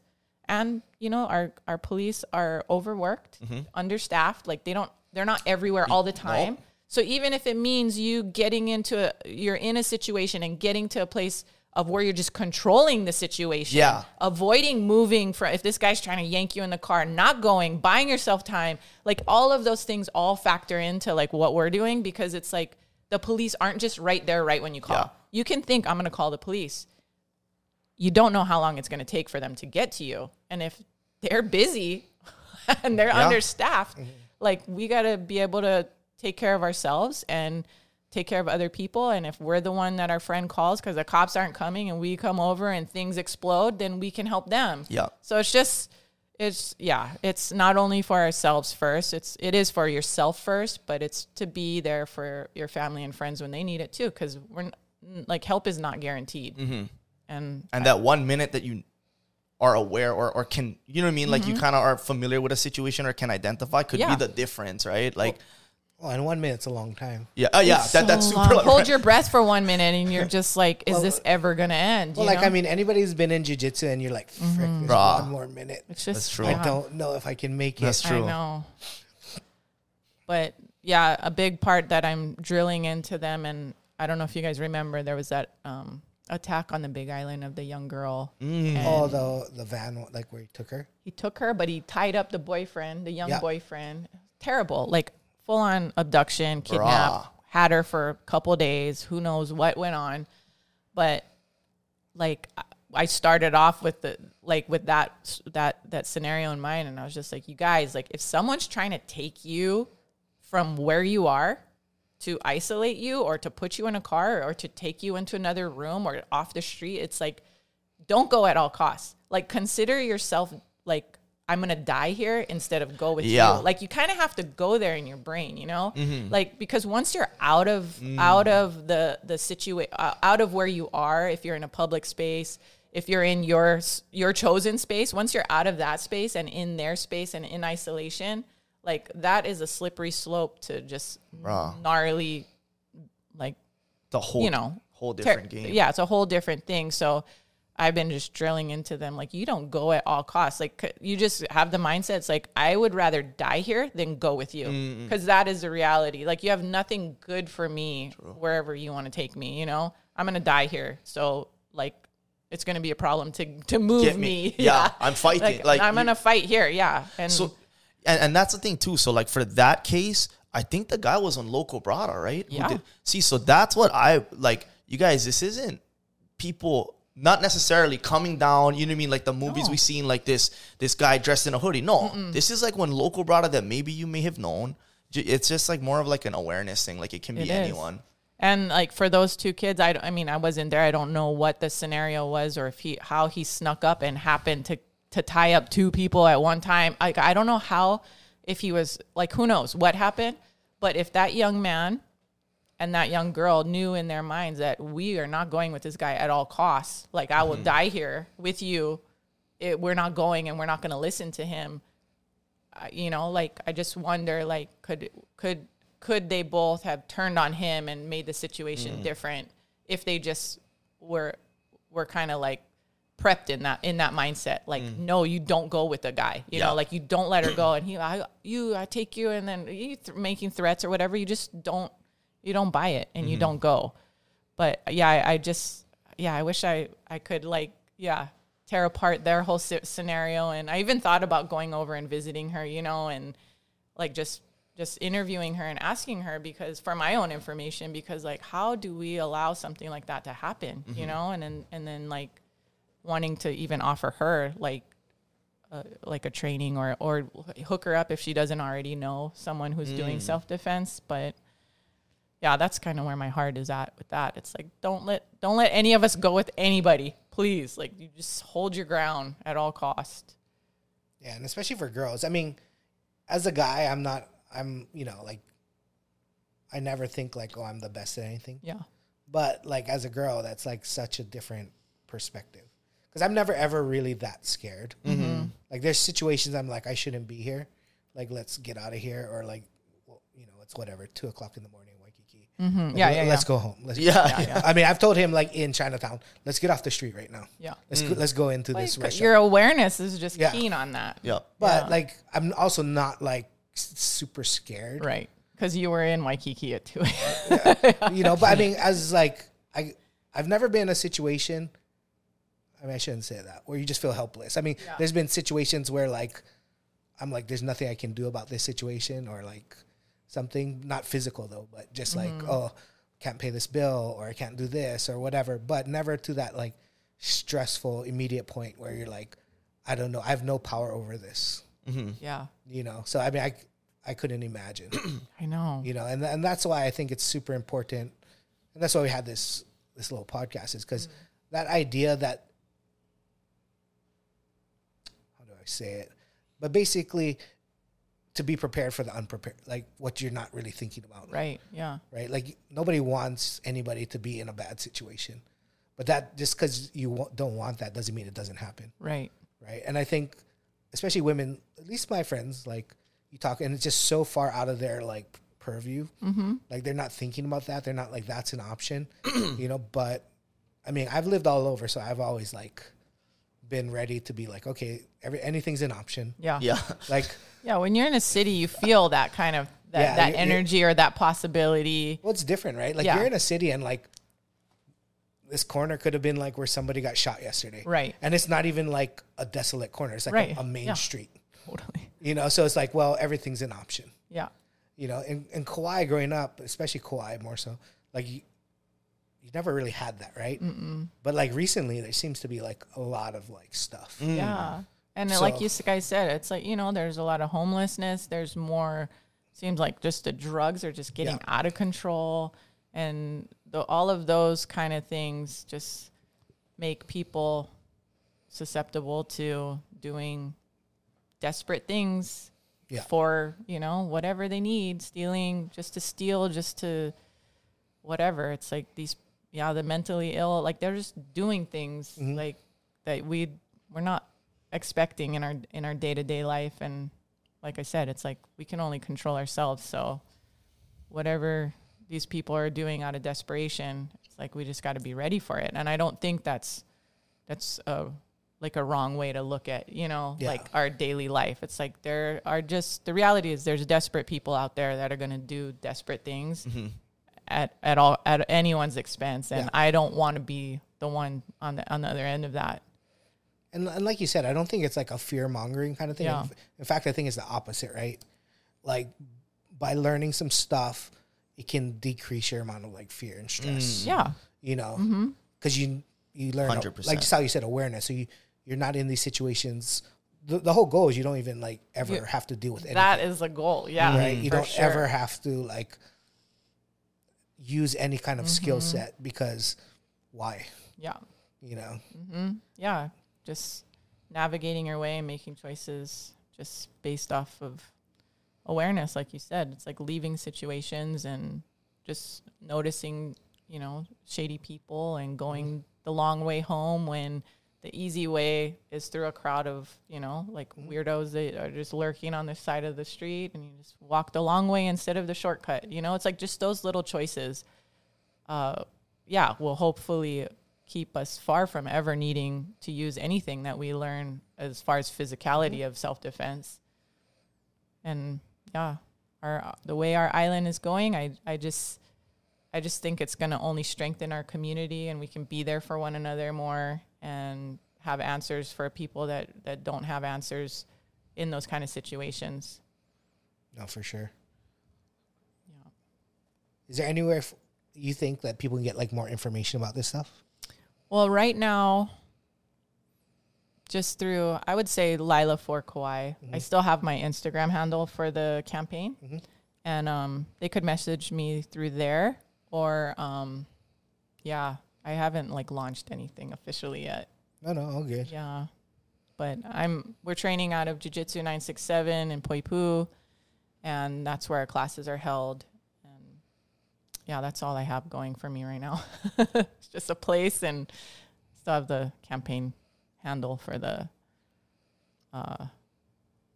and you know our our police are overworked
Mm-hmm.
understaffed like they don't they're not everywhere all the time so even if it means you getting into a, you're in a situation and getting to a place of where you're just controlling the situation
Yeah.
avoiding moving from if this guy's trying to yank you in the car not going buying yourself time like all of those things all factor into like what we're doing because it's like the police aren't just right there right when you call
Yeah.
you can think i'm going to call the police you don't know how long it's going to take for them to get to you. And if they're busy and they're
Yeah. Mm-hmm.
understaffed, like we got to be able to take care of ourselves and take care of other people. And if we're the one that our friend calls because the cops aren't coming and we come over and things explode, then we can help them.
Yeah.
So it's just, it's yeah, it's not only for ourselves first. It's it is for yourself first, but it's to be there for your family and friends when they need it too. Because we're n- like help is not guaranteed,
Mm-hmm.
and
And that one minute that you are aware or, or can, you know what I mean? Like you kind of are familiar with a situation or can identify could
Mm-hmm. Yeah.
be the difference, right? Like,
Oh, and one minute's a long time.
yeah, uh, yeah, that, that's
so
super.
long. Hold your breath for one minute, and you're just like, "Is this ever gonna end?"
Well,
you
like
know? Mm-hmm.
I mean, anybody's been in jujitsu, and you're like, frick, there's
Bruh.
one more minute.
it's just
That's true.
I
yeah,
don't know if I can make it.
That's
I
true.
know. But yeah, a big part that I'm drilling into them, and I don't know if you guys remember, there was that um, attack on the Big Island of the young girl. and
Oh, the the van, one, like where he took her.
he took her, but he tied up the boyfriend, the young
Yeah.
boyfriend. Terrible, like full on abduction, kidnap.
Bruh.
Had her for a couple days. Who knows what went on, but like I- I started off with the like with that s- that that scenario in mind, and I was just like, you guys, like if someone's trying to take you from where you are to isolate you or to put you in a car or to take you into another room or off the street, it's like don't go at all costs. Like consider yourself like I'm gonna die here instead of go with
Yeah.
you. Like you kind of have to go there in your brain, you know, like because once you're out of out of the the situation, uh, out of where you are, if you're in a public space, if you're in your s- your chosen space, once you're out of that space and in their space and in isolation, like that is a slippery slope to just gnarly, like
the whole,
you know,
whole
ter-
different game.
Yeah, it's a whole different thing. So I've been just drilling into them like you don't go at all costs. Like c- you just have the mindset it's like I would rather die here than go with
Mm,
you cuz that is the reality. Like you have nothing good for me wherever you want to take me, you know? I'm going to die here. So like it's going to be a problem to to move
Get
me.
me. Yeah, I'm fighting.
Like,
Like,
I'm
you-
going to fight here. Yeah. And
So, and, and that's the thing too. So like for that case, I think the guy was on Loco Brada, right? Who
Yeah.
see, so that's what I like. You guys, this isn't people not necessarily coming down. You know what I mean? Like the movies we seen, like this this guy dressed in a hoodie. No, this is like when Loco Brada that maybe you may have known. J- It's just like more of like an awareness thing. Like it can be
It is.
anyone.
And like for those two kids, I, don't- I mean, I wasn't there. I don't know what the scenario was or if he how he snuck up and happened to to tie up two people at one time. Like I don't know how if he was like who knows what happened, but if that young man and that young girl knew in their minds that we are not going with this guy at all costs. Like I will die here with you. It, we're not going and we're not going to listen to him. I- you know like i just wonder like could could could they both have turned on him and made the situation different if they just were were kind of like prepped in that in that mindset like no you don't go with the guy you
Yeah.
know like you don't let her go and he I you I take you and then you th- making threats or whatever you just don't you don't buy it and you don't go but yeah I, I just yeah I wish I I could like yeah tear apart their whole sce- scenario. And I even thought about going over and visiting her, you know, and like just just interviewing her and asking her because for my own information because like how do we allow something like that to happen you know and then and then like wanting to even offer her like uh, like a training or or hook her up if she doesn't already know someone who's doing self defense but yeah that's kind of where my heart is at with that it's like don't let don't let any of us go with anybody please like you just hold your ground at all cost
Yeah, and especially for girls. I mean, as a guy, I'm not. I'm you know like. I never think like, oh, I'm the best at anything.
yeah
But like as a girl, that's like such a different perspective. Because I'm never ever really that scared.
Mm-hmm.
Like there's situations I'm like I shouldn't be here. Like let's get out of here, or like, well, you know, it's whatever. Two o'clock in the morning, Waikiki. Like,
Mm-hmm. Mm, Yeah,
let-
yeah,
Let's
yeah.
go home. Let's
Yeah, yeah.
I mean, I've told him like in Chinatown, let's get off the street right now.
yeah
Let's go, let's go into this
Like,
restaurant.
your awareness is just
Yeah.
keen on that
yeah.
But like, I'm also not like s- super scared,
right because you were in waikiki at 2 a.m.
you know. But I mean, as like, I I've never been in a situation. I mean, I shouldn't say that where you just feel helpless. I mean, there's been situations where like, I'm like, there's nothing I can do about this situation, or like something not physical though, but just like, oh, can't pay this bill, or I can't do this, or whatever. But never to that like stressful immediate point where you're like, I don't know, I have no power over this.
yeah
you know so i mean i i couldn't imagine
i know
you know and and that's why i think it's super important and that's why we had this this little podcast is because that idea that how do i say it but basically to be prepared for the unprepared like what you're not really thinking about
right yeah
right? Like nobody wants anybody to be in a bad situation, but that just because you wa- don't want that doesn't mean it doesn't happen,
right
right? And I think, especially women, at least my friends, like you talk, and it's just so far out of their like purview. Mm-hmm. Like they're not thinking about that. They're not like that's an option, you know. But I mean, I've lived all over, so I've always like been ready to be like, okay, every anything's an option.
yeah
Yeah.
Like
Yeah, when you're in a city, you feel that kind of that,
Yeah,
that
you- you-
energy or that possibility.
Well, it's different, right? Like
Yeah.
you're in a city and like this corner could have been like where somebody got shot yesterday.
Right.
And it's not even like a desolate corner. It's like
Right.
a, a main
Yeah.
street.
Totally.
You know, so it's like, well, everything's an option.
Yeah.
You know, and, and Kauai growing up, especially Kauai more so, like you, you never really had that, right? Mm-mm. But like recently, there seems to be like a lot of like stuff.
Mm. Yeah. And then, like
Mm. So-
you s- guys said, it's like, you know, there's a lot of homelessness. There's more, seems like just the drugs are just getting
Yeah.
out of control. And the, all of those kind of things just make people susceptible to doing desperate things
Yeah.
for, you know, whatever they need, stealing, just to steal, just to whatever. It's like these, yeah, the mentally ill, like they're just doing things like that we we're not expecting in our in our day to day life. And like I said, it's like we can only control ourselves. So whatever these people are doing out of desperation, it's like we just got to be ready for it. And I don't think that's that's a like a wrong way to look at you know
Yeah.
like our daily life. It's like there are just the reality is there's desperate people out there that are going to do desperate things at at all at anyone's expense, and
Mm-hmm. Yeah.
I don't want to be the one on the on the other end of that.
and, and like you said, I don't think it's like a fear mongering kind of thing.
Yeah.
In, in fact, I think it's the opposite, right? Like by learning some stuff, it can decrease your amount of like fear and stress.
Yeah, Mm-hmm.
You know, because you you learn
100%.
like just how you said awareness. So you you're not in these situations. The, the whole goal is you don't even like ever have to deal with anything.
that is the goal. Yeah,
right? You
for
don't
sure.
ever have to like use any kind of skill
Mm-hmm.
set because why?
Yeah,
You know,
yeah, just navigating your way and making choices just based off of awareness, like you said. It's like leaving situations and just noticing, you know, shady people and going the long way home when the easy way is through a crowd of, you know, like weirdos that are just lurking on the side of the street and you just walk the long way instead of the shortcut. You know, it's like just those little choices uh, yeah, will hopefully keep us far from ever needing to use anything that we learn as far as physicality of self defense. And yeah, our the way our island is going, I I just I just think it's going to only strengthen our community, and we can be there for one another more and have answers for people that that don't have answers in those kind of situations.
No, for sure. Is there anywhere f- you think that people can get like more information about this stuff?
Well, right now, just through, I would say Lila for Kauai. I still have my Instagram handle for the campaign, and um, they could message me through there, or um, yeah, I haven't like launched anything officially yet.
No, no, all good.
Yeah, but I'm we're training out of Jiu-Jitsu 967 in Poipu, and that's where our classes are held. And yeah, that's all I have going for me right now. it's just a place, and still have the campaign handle for the, uh,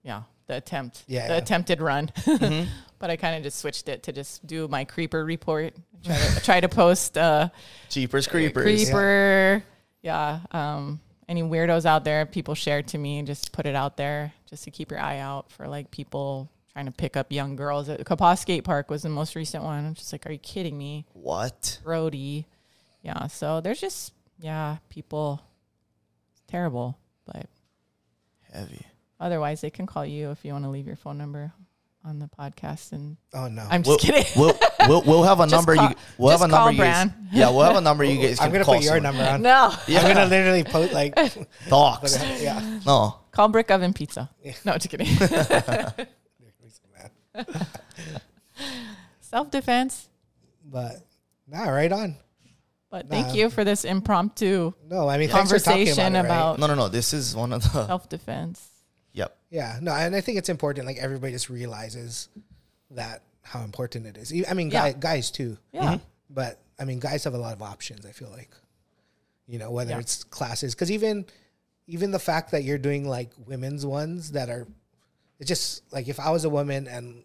yeah, the attempt,
Yeah, Mm-hmm.
the
yeah.
attempted run. But I kind of just switched it to just do my creeper report. Try to, try to post. Uh,
Cheapers creepers.
Creeper. Yeah. Um, any weirdos out there, people share to me, just put it out there just to keep your eye out for like people trying to pick up young girls. At Kapaa Skate Park was the most recent one. I'm just like, are you kidding me?
What?
Brody. Yeah. So there's just, yeah, people. It's terrible. But
Heavy.
otherwise, they can call you if you want to leave your phone number on the podcast. And
Oh no,
I'm just
We'll,
kidding.
we'll, we'll, we'll have a
Just
number.
call-
you, we'll have
just
a number.
call
you guys-
Bran.
yeah, we'll have a number. You guys can
I'm gonna
call
put your
someone.
number on.
no.
Yeah.
I'm gonna literally put like,
Docs.
yeah.
No.
Call Brick Oven Pizza. No, just kidding. Self defense.
But nah, right on.
But thank you for this impromptu
No, I mean thanks for talking
Conversation
about, it, right?
about-
No, no, no. This is one of the.
self defense.
Yep.
Yeah, no, and I think it's important. Like everybody just realizes that how important it is. E- I mean,
Yeah.
guy guys too.
Yeah.
but I mean, guys have a lot of options. I feel like, you know, whether
Yeah.
it's classes, because even even the fact that you're doing like women's ones that are, it's just like if I was a woman and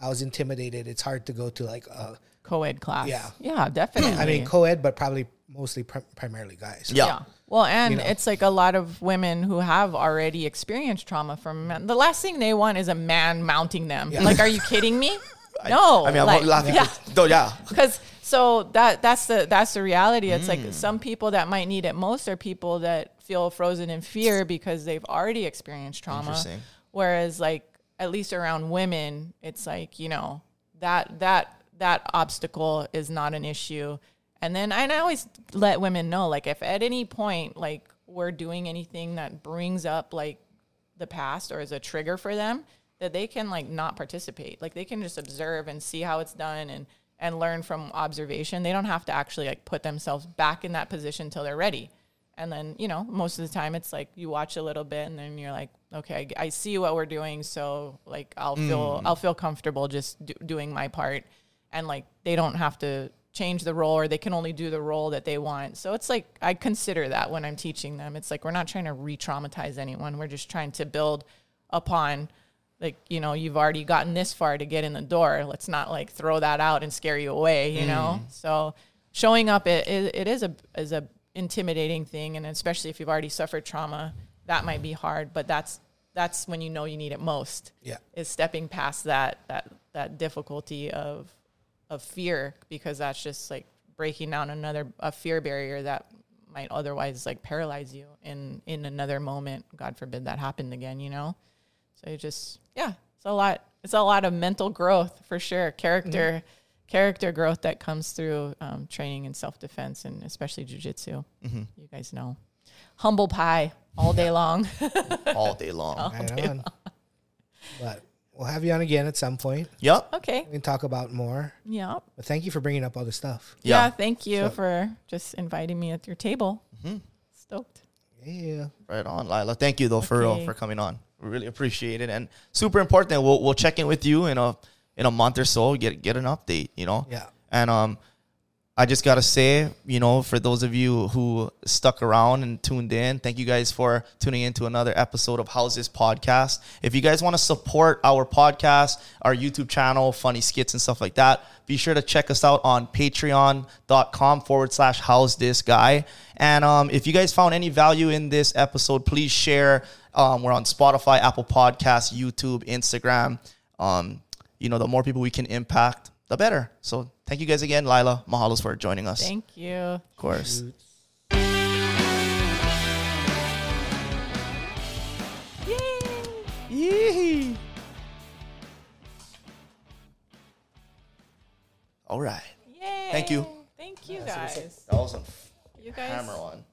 I was intimidated, it's hard to go to like a,
Co ed class.
Yeah.
Yeah, definitely.
I mean, co-ed, but probably mostly prim- primarily guys.
Yeah.
Well, and it's like a lot of women who have already experienced trauma from men. The last thing they want is a man mounting them. Like, are you kidding me? no.
I mean, I'm
Oh, like,
not laughing.
Yeah.
No, yeah.
because so that that's the that's the reality it's like some people that might need it most are people that feel frozen in fear because they've already experienced trauma
Interesting.
whereas like at least around women it's like you know that that that obstacle is not an issue and then and i always let women know like if at any point like we're doing anything that brings up like the past or as a trigger for them that they can like not participate like they can just observe and see how it's done and and learn from observation they don't have to actually like put themselves back in that position until they're ready and then you know most of the time it's like you watch a little bit and then you're like okay i, I see what we're doing so like i'll feel i'll feel comfortable just do, doing my part and like they don't have to change the role or they can only do the role that they want. So it's like I consider that when I'm teaching them. It's like we're not trying to re-traumatize anyone. We're just trying to build upon like, you know, you've already gotten this far to get in the door. Let's not like throw that out and scare you away, you know? So showing up it, it, it is a is a intimidating thing and especially if you've already suffered trauma, that might be hard, but that's that's when you know you need it most
Yeah.
is stepping past that that that difficulty of of fear because that's just like breaking down another a fear barrier that might otherwise like paralyze you in in another moment god forbid that happened again you know so you just yeah it's a lot it's a lot of mental growth for sure character character growth that comes through um, training and self-defense and especially jujitsu you guys know humble pie all day long
All day
Oh.
long.
Right on. But we'll have you on again at some point.
Yep.
okay
We can talk about more.
yeah
But thank you for bringing up all this stuff.
Yeah,
Yeah.
thank you for just inviting me at your table. Stoked.
Yeah.
Right on, Lila. Thank you though for real
Okay.
for coming on. We really appreciate it and super important. We'll we'll check in with you in a in a month or so. Get get an update. You know.
Yeah.
And um, I just gotta say, you know, for those of you who stuck around and tuned in, thank you guys for tuning in to another episode of How's This Podcast. If you guys want to support our podcast, our YouTube channel, funny skits and stuff like that, be sure to check us out on patreon.com forward slash how's this guy. And um, if you guys found any value in this episode, please share. Um, we're on Spotify, Apple Podcasts, YouTube, Instagram. Um, you know, the more people we can impact, the better. So thank you guys again, Lila. Mahalos for joining us.
Thank you.
of course. All right.
Yay.
Thank you.
Thank you guys.
That was a
You guys
hammer one.